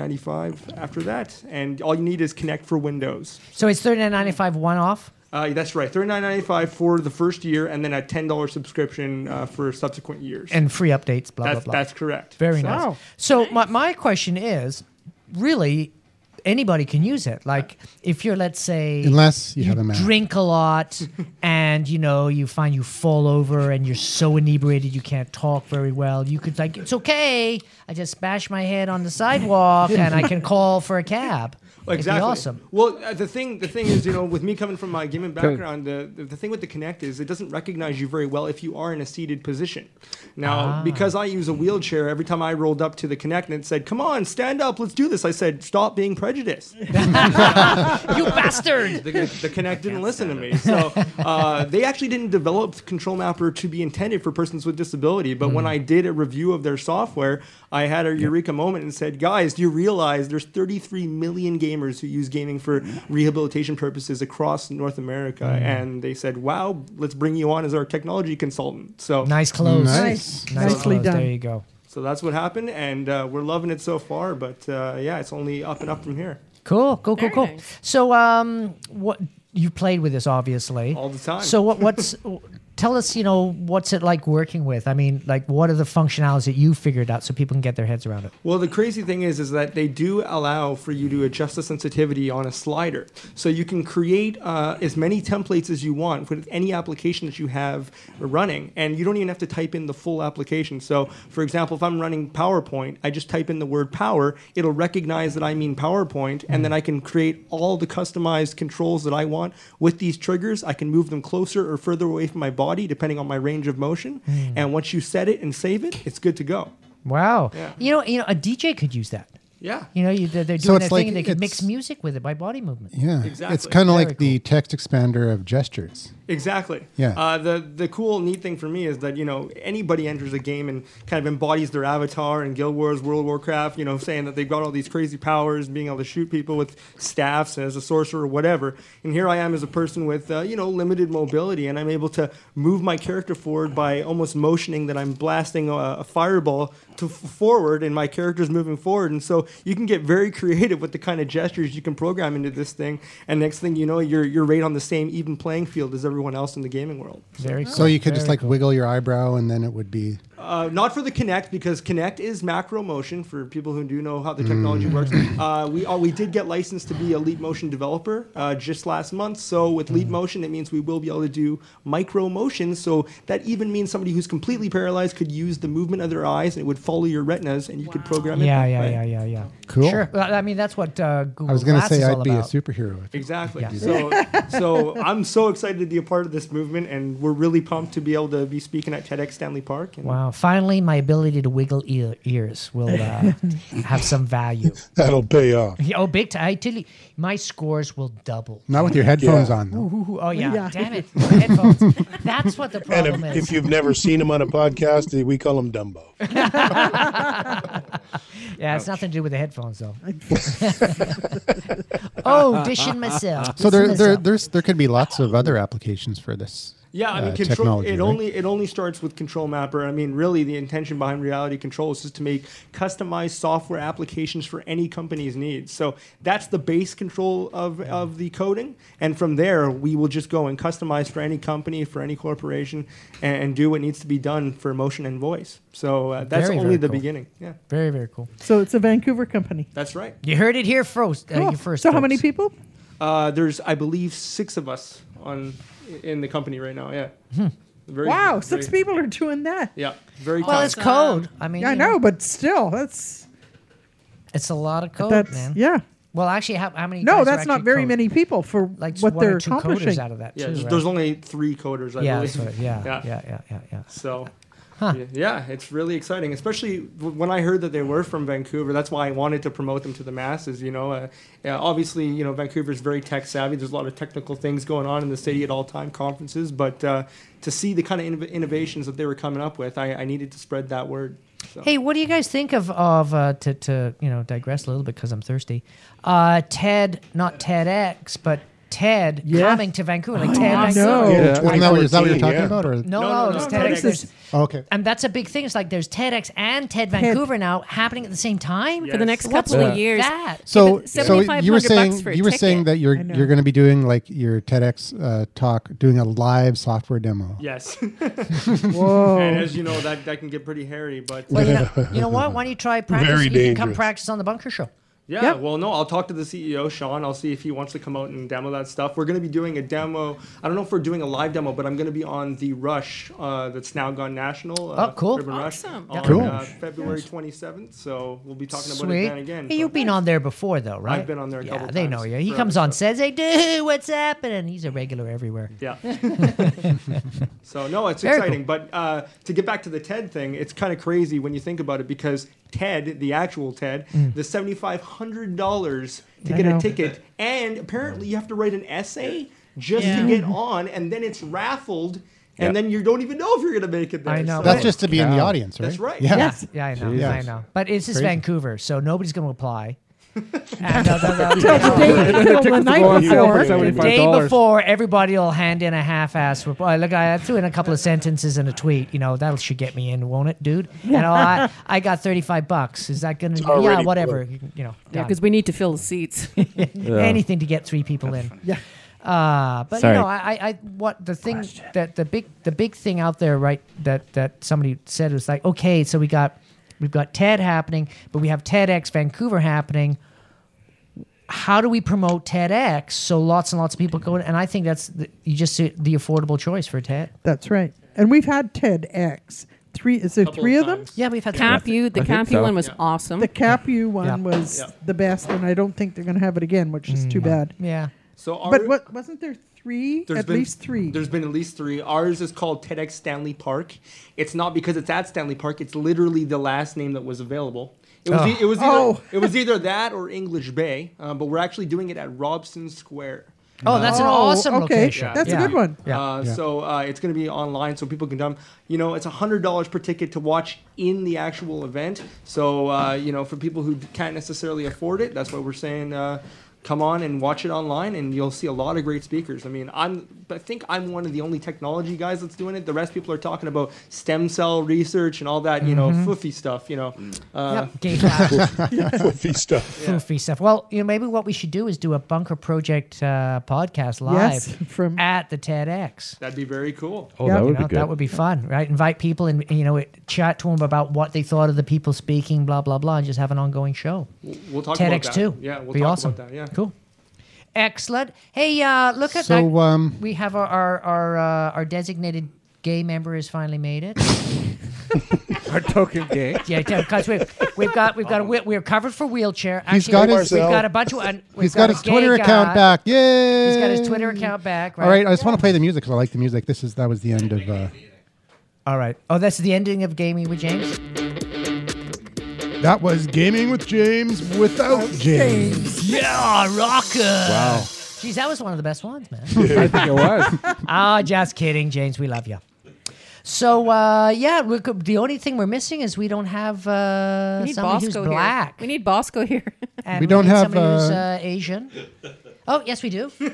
39.95 after that. And all you need is Connect for Windows. So it's thirty nine ninety five one off. Uh, that's right, thirty nine ninety five for the first year, and then a ten dollars subscription uh, for subsequent years. And free updates, blah, blah, that's, blah. That's correct. Very So- nice. So my, my question is, really, anybody can use it. Like if you're, let's say, Unless you have a Mac. drink a lot, and you know you find you fall over and you're so inebriated you can't talk very well. You could like, it's okay. I just bash my head on the sidewalk and I can call for a cab. Well, exactly. It'd be awesome. Well, uh, the thing the thing is, you know, with me coming from my gaming background, the, the the thing with the Kinect is it doesn't recognize you very well if you are in a seated position. Now, Ah. because I use a wheelchair, every time I rolled up to the Kinect and it said, "Come on, stand up, let's do this," I said, "Stop being prejudiced." you bastard! The, the Kinect didn't listen to me. So uh, they actually didn't develop Control Mapper to be intended for persons with disability. But Hmm. when I did a review of their software, I had a eureka moment and said, "Guys, do you realize there's 33 million gamers who use gaming for rehabilitation purposes across North America?" Mm. And they said, "Wow, let's bring you on as our technology consultant." So Nice close. Nice. Nice Nicely close. done. There you go. So that's what happened, and uh, we're loving it so far. But uh, yeah, it's only up and up from here. Cool, cool, cool, cool. So, um, what you played with this obviously All the time. So, what, what's tell us? You know, what's it like working with? I mean, like, what are the functionalities that you figured out so people can get their heads around it? Well, the crazy thing is, is that they do allow for you to adjust the sensitivity on a slider, so you can create uh, as many templates as you want with any application that you have running, and you don't even have to type in the full application. So, for example, if I'm running PowerPoint, I just type in the word power, it'll recognize that I mean PowerPoint, and then I can create all the customized controls that I want with these triggers. I can move them closer or further away from my body depending on my range of motion, Mm. and once you set it and save it, it's good to go. Wow. Yeah. You know, you know, a DJ could use that. Yeah. You know, you, they're, they're So doing that thing. it's like and They could it's- mix music with it by body movement. Yeah, It's Exactly. kind of Very like the text expander of gestures. Exactly. Yeah. Uh, the the cool neat thing for me is that you know anybody enters a game and kind of embodies their avatar in Guild Wars, World of Warcraft. You know, saying that they've got all these crazy powers, being able to shoot people with staffs as a sorcerer, whatever. And here I am as a person with uh, you know limited mobility, and I'm able to move my character forward by almost motioning that I'm blasting a, a fireball to f- forward, and my character's moving forward. And so you can get very creative with the kind of gestures you can program into this thing. And next thing you know, you're you're right on the same even playing field as everyone else in the gaming world. Oh, Very so you could just like wiggle your eyebrow and then it would be. Uh, not for the Kinect because Kinect is macro motion for people who do know how the technology works. Mm. Uh, we all, we did get licensed to be a lead motion developer uh, just last month. So with Mm. lead motion, it means we will be able to do micro motion. So that even means somebody who's completely paralyzed could use the movement of their eyes and it would follow your retinas and you could program it. Yeah, that yeah, way. yeah, yeah, yeah. Cool. Sure. Well, I mean, that's what uh, Google I was going to Glass is say all I'd be a about. superhero. if- Exactly. Yeah. So, so I'm so excited to be a part of this movement, and we're really pumped to be able to be speaking at TEDx Stanley Park. And Wow! Finally, my ability to wiggle ear- ears will uh, have some value. That'll pay off. Yeah, Oh, big time! I tell you, my scores will double. Not with your headphones on. Though. Ooh, ooh, ooh. Oh yeah. Yeah. Damn it! Headphones. That's what the And problem if, is. if you've never seen him on a podcast, we call him Dumbo. yeah, it's nothing to do with the headphones though. oh, dishing myself. So there, dishing there, myself. there's there could be lots of other applications for this. Yeah, I mean, uh, control. technology, It right? only it only starts with Control Mapper. I mean, really, the intention behind Reality Control is just to make customized software applications for any company's needs. So that's the base control of of the coding, and from there we will just go and customize for any company, for any corporation, and, and do what needs to be done for motion and voice. So uh, that's Very, only very the cool. beginning. Yeah, Very, very cool. So it's a Vancouver company. that's right. You heard it here first. Uh, Cool. you first. so how folks. many people? Uh, there's, I believe, six of us on in the company right now. Yeah. Hmm. Very, wow, very- six people are doing that. Yeah, very. Well, tight. it's code. I mean, Um, Yeah, I you know, know, but still, that's it's a lot of code, that's man. yeah. Well, actually, how, how many? No, guys are that's not actually very code? many people for Like what one they're or two coders accomplishing. out of that. Yeah, too, there's, right? there's only three coders, I yeah, believe. that's right. yeah, yeah, yeah, yeah, yeah, yeah. So, Huh. yeah, yeah, it's really exciting. Especially w- when I heard that they were from Vancouver, that's why I wanted to promote them to the masses. You know, uh, yeah, obviously, you know, Vancouver's very tech savvy. There's a lot of technical things going on in the city at all time, conferences. But uh, to see the kind of innov- innovations that they were coming up with, I, I needed to spread that word. So. Hey, what do you guys think of of uh, to to you know digress a little bit because I'm thirsty? Uh, TED, not TEDx, but TED coming to Vancouver, like TED. Oh, I know. Yeah, Yeah, well, is that what- is that what 2014, you're talking yeah. about? Or No, No, no, no, it's no, TEDx. TEDx. There's- Oh, okay. and that's a big thing. It's like there's TEDx and TED Vancouver now happening at the same time for the next What's couple with of years. That So, but so you 7,500 were bucks saying for a you were saying ticket. that you're know. you're going to be doing like your TEDx uh, talk, doing a live software demo. Yes. and Whoa. as you know, that, that can get pretty hairy, but. uh, Well, you know, you know what? Why don't you try practice? Very you can come dangerous. practice on the Bunker Show. Yeah, Yeah. well, no, I'll talk to the CEO, Sean. I'll see if he wants to come out and demo that stuff. We're going to be doing a demo. I don't know if we're doing a live demo, but I'm going to be on the Rush uh, that's now gone national. Uh, Oh, cool. Urban Awesome. Rush. on, Cool. Uh, February 27th. So we'll be talking about it Sweet. then again. Hey, So- you've been on there before, though, right? been on there a yeah, couple they times know you. He for comes other on, stuff. says, "Hey, dude, what's happening?" He's a regular everywhere. Yeah. so no, it's Very exciting. But uh, to get back to the TED thing, it's kind of crazy when you think about it because TED, the actual TED, the seventy five hundred dollars to I get know. a ticket, and apparently you have to write an essay just Yeah. to get on, and then it's raffled, Yeah. and then you don't even know if you're gonna make it there. I know. So- That's just to be in the Cow. audience, right? That's right. Yeah. Yes. Yeah, I know. Jeez. I know. But it's just Crazy. Vancouver, so nobody's going to apply. and uh, they'll- they'll- they'll- Day to kill the Go night on sale for before. Yeah. the $75. day before, everybody will hand in a half-ass reply. Look, I threw in a couple of sentences and a tweet. You know, that should get me in, won't it, dude? And oh, I, I got thirty-five bucks. Is that going to? Yeah, already whatever. You, can- you know, done. because we need to fill the seats. anything to get three people in. Yeah. Uh, but Sorry. you know, I, I, I, what the thing that the big, the big thing out there, right? That that somebody said was like, okay, so we got, we've got TED happening, but we have TEDx Vancouver happening. How do we promote TEDx so lots and lots of people go? in? And I think that's the, you just see the affordable choice for TED. That's right. And we've had TEDx. Three is there Couple three of them? times. Yeah, we've had Campu, the I think Campu so. one was Yeah. awesome. The Capu one Yeah. was Yeah. the best, and I don't think they're going to have it again, which is Mm. too bad. Yeah, So our, But what wasn't there three? There's At been- least three. There's been at least three. Ours is called TEDx Stanley Park. It's not because it's at Stanley Park. It's literally the last name that was available. It was, e- it was either Oh. it was either that or English Bay, uh, but we're actually doing it at Robson Square. Oh, that's an Oh, awesome okay. location. That's a Yeah. good one. Yeah. Uh, So uh, it's going to be online, so people can dump. You know, it's hundred dollars per ticket to watch in the actual event. So uh, you know, for people who can't necessarily afford it, that's why we're saying uh, come on and watch it online, and you'll see a lot of great speakers. I mean, I'm I think I'm one of the only technology guys that's doing it. The rest people are talking about stem cell research and all that, you know, Mhm. foofy stuff. You know, uh, Yep, gay flash. Yeah. Foofy stuff. Well, you know, maybe what we should do is do a Bunker Project uh, podcast live Yes, from Oh. at the TEDx. That'd be very cool. Oh, Yeah, you know, That would be fun, right? Invite people and you know it, chat to them about what they thought of the people speaking, blah blah blah, and just have an ongoing show. We'll- we'll talk about TEDx that. too. Yeah, we'll be talk awesome. about that, yeah. cool. Excellent. Hey, uh, look at So, that. um, we have our our our, uh, our designated gay member has finally made it. Our token gay. Yeah, because we we've got we've got a wheel, we're covered for wheelchair. Actually, He's got we've, his- we've got uh, a bunch of and we've He's got a his gay Twitter account guy. back. Yay! He's got his Twitter account back. Right? All right, I just want to play the music because I like the music. This is that was the end of. Uh, All right. Oh, that's the ending of Gaming with James. that was gaming with James without James. Yeah, rocker. Wow. Jeez, that was one of the best ones, man. I think it was. Ah, just kidding, James. We love you. So uh, yeah, we could, the only thing we're missing is we don't have uh, We need Bosco somebody who's here. black. We need Bosco here. And We don't need have, somebody who's uh, uh, Asian. Oh yes, we do. so We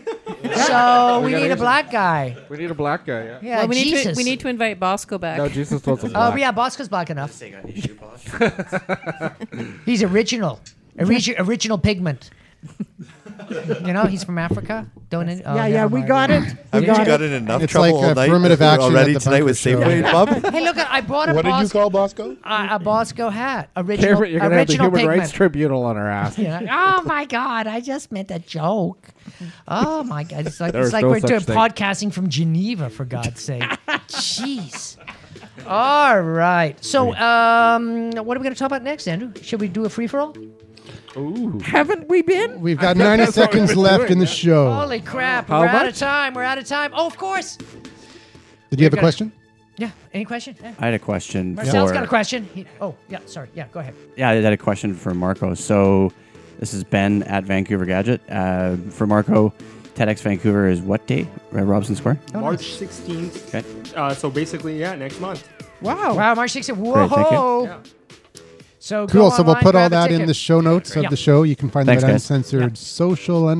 Oh, we, got need a Asian. black guy. We need a black guy. Yeah. Yeah, Well, we need to Jesus. we need to invite Bosco back. No, Jesus wasn't Oh black. yeah, Bosco's black enough. He's original, Origi- original pigment. you know, he's from Africa. Don't. it- oh, Yeah, yeah, never we mind. got it. Have We you got gotten it. enough It's trouble like all night affirmative action already at the tonight with bunker show. Safeway, Bob? Hey, look! I brought a What did you Bosco, call Bosco? a, a Bosco hat. Original, Cameron, you're gonna have the original Human pigment. Rights Tribunal on our ass. Yeah. Oh my God! I just meant a joke. Oh my God! It's like There it's is like no we're such doing thing. podcasting from Geneva, for God's sake. Jeez. All right. So, um, what are we going to talk about next, Andrew? Should we do a free for all? Haven't we been? We've got 90 seconds left in the show. Holy crap! How we're out much? of time. We're out of time. Oh, of course. Did you We've have a got- question? Yeah. Any question? Yeah. I had a question. Marcel's for, got a question. He- oh, yeah. Sorry. Yeah. Go ahead. Yeah, I had a question for Marco. So this is Ben at Vancouver Gadget. Uh, for Marco, TEDx Vancouver is what day? Uh, Robson Square? March 16th. Okay. Uh, so basically, yeah, next month. Wow. Wow. March 16th. Whoa. Great, thank you. Oh, So go Cool. So we'll online, put all grab a that in ticket. the show notes of Yeah. the show. You can find that Thanks, at guys.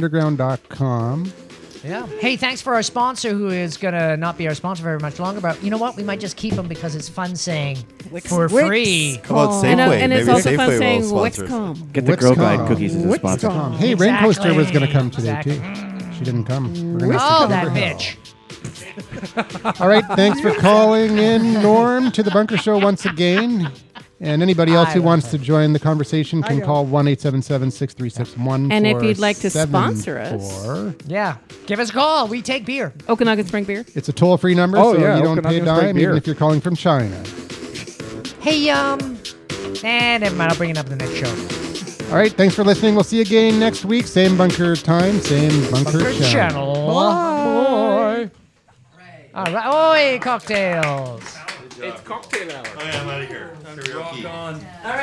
uncensored.socialunderground.com. Yeah. Hey, thanks for our sponsor, who is gonna not be our sponsor very much longer. But you know what? We might just keep him because it's fun saying for Wix. free. Come on, And, uh, Safeway. and it's Maybe also Safeway fun will saying sponsor us. Wexcom. Get the Girl Guide cookies as a sponsor. Wix.com. Hey, Rain Coaster was going to come today, too. She didn't come. We're gonna have to Oh, cover that her. bitch. All right. Thanks for calling in, Norm, to the Bunker Show once again. And anybody else I who love wants to join the conversation can I call 1 877 636 And if you'd like to sponsor us, yeah, give us a call. We take beer. Okanagan Spring Beer. It's a toll free number, Oh, so yeah, you don't pay a Okanagan's great dime, beer. even if you're calling from China. Hey, um, eh, never mind. I'll bring it up in the next show. All right. Thanks for listening. We'll see you again next week. Same bunker time, same bunker, Bunker channel. Bye. All right. Oi, cocktails. It's cocktail hour. I am out of here. All right.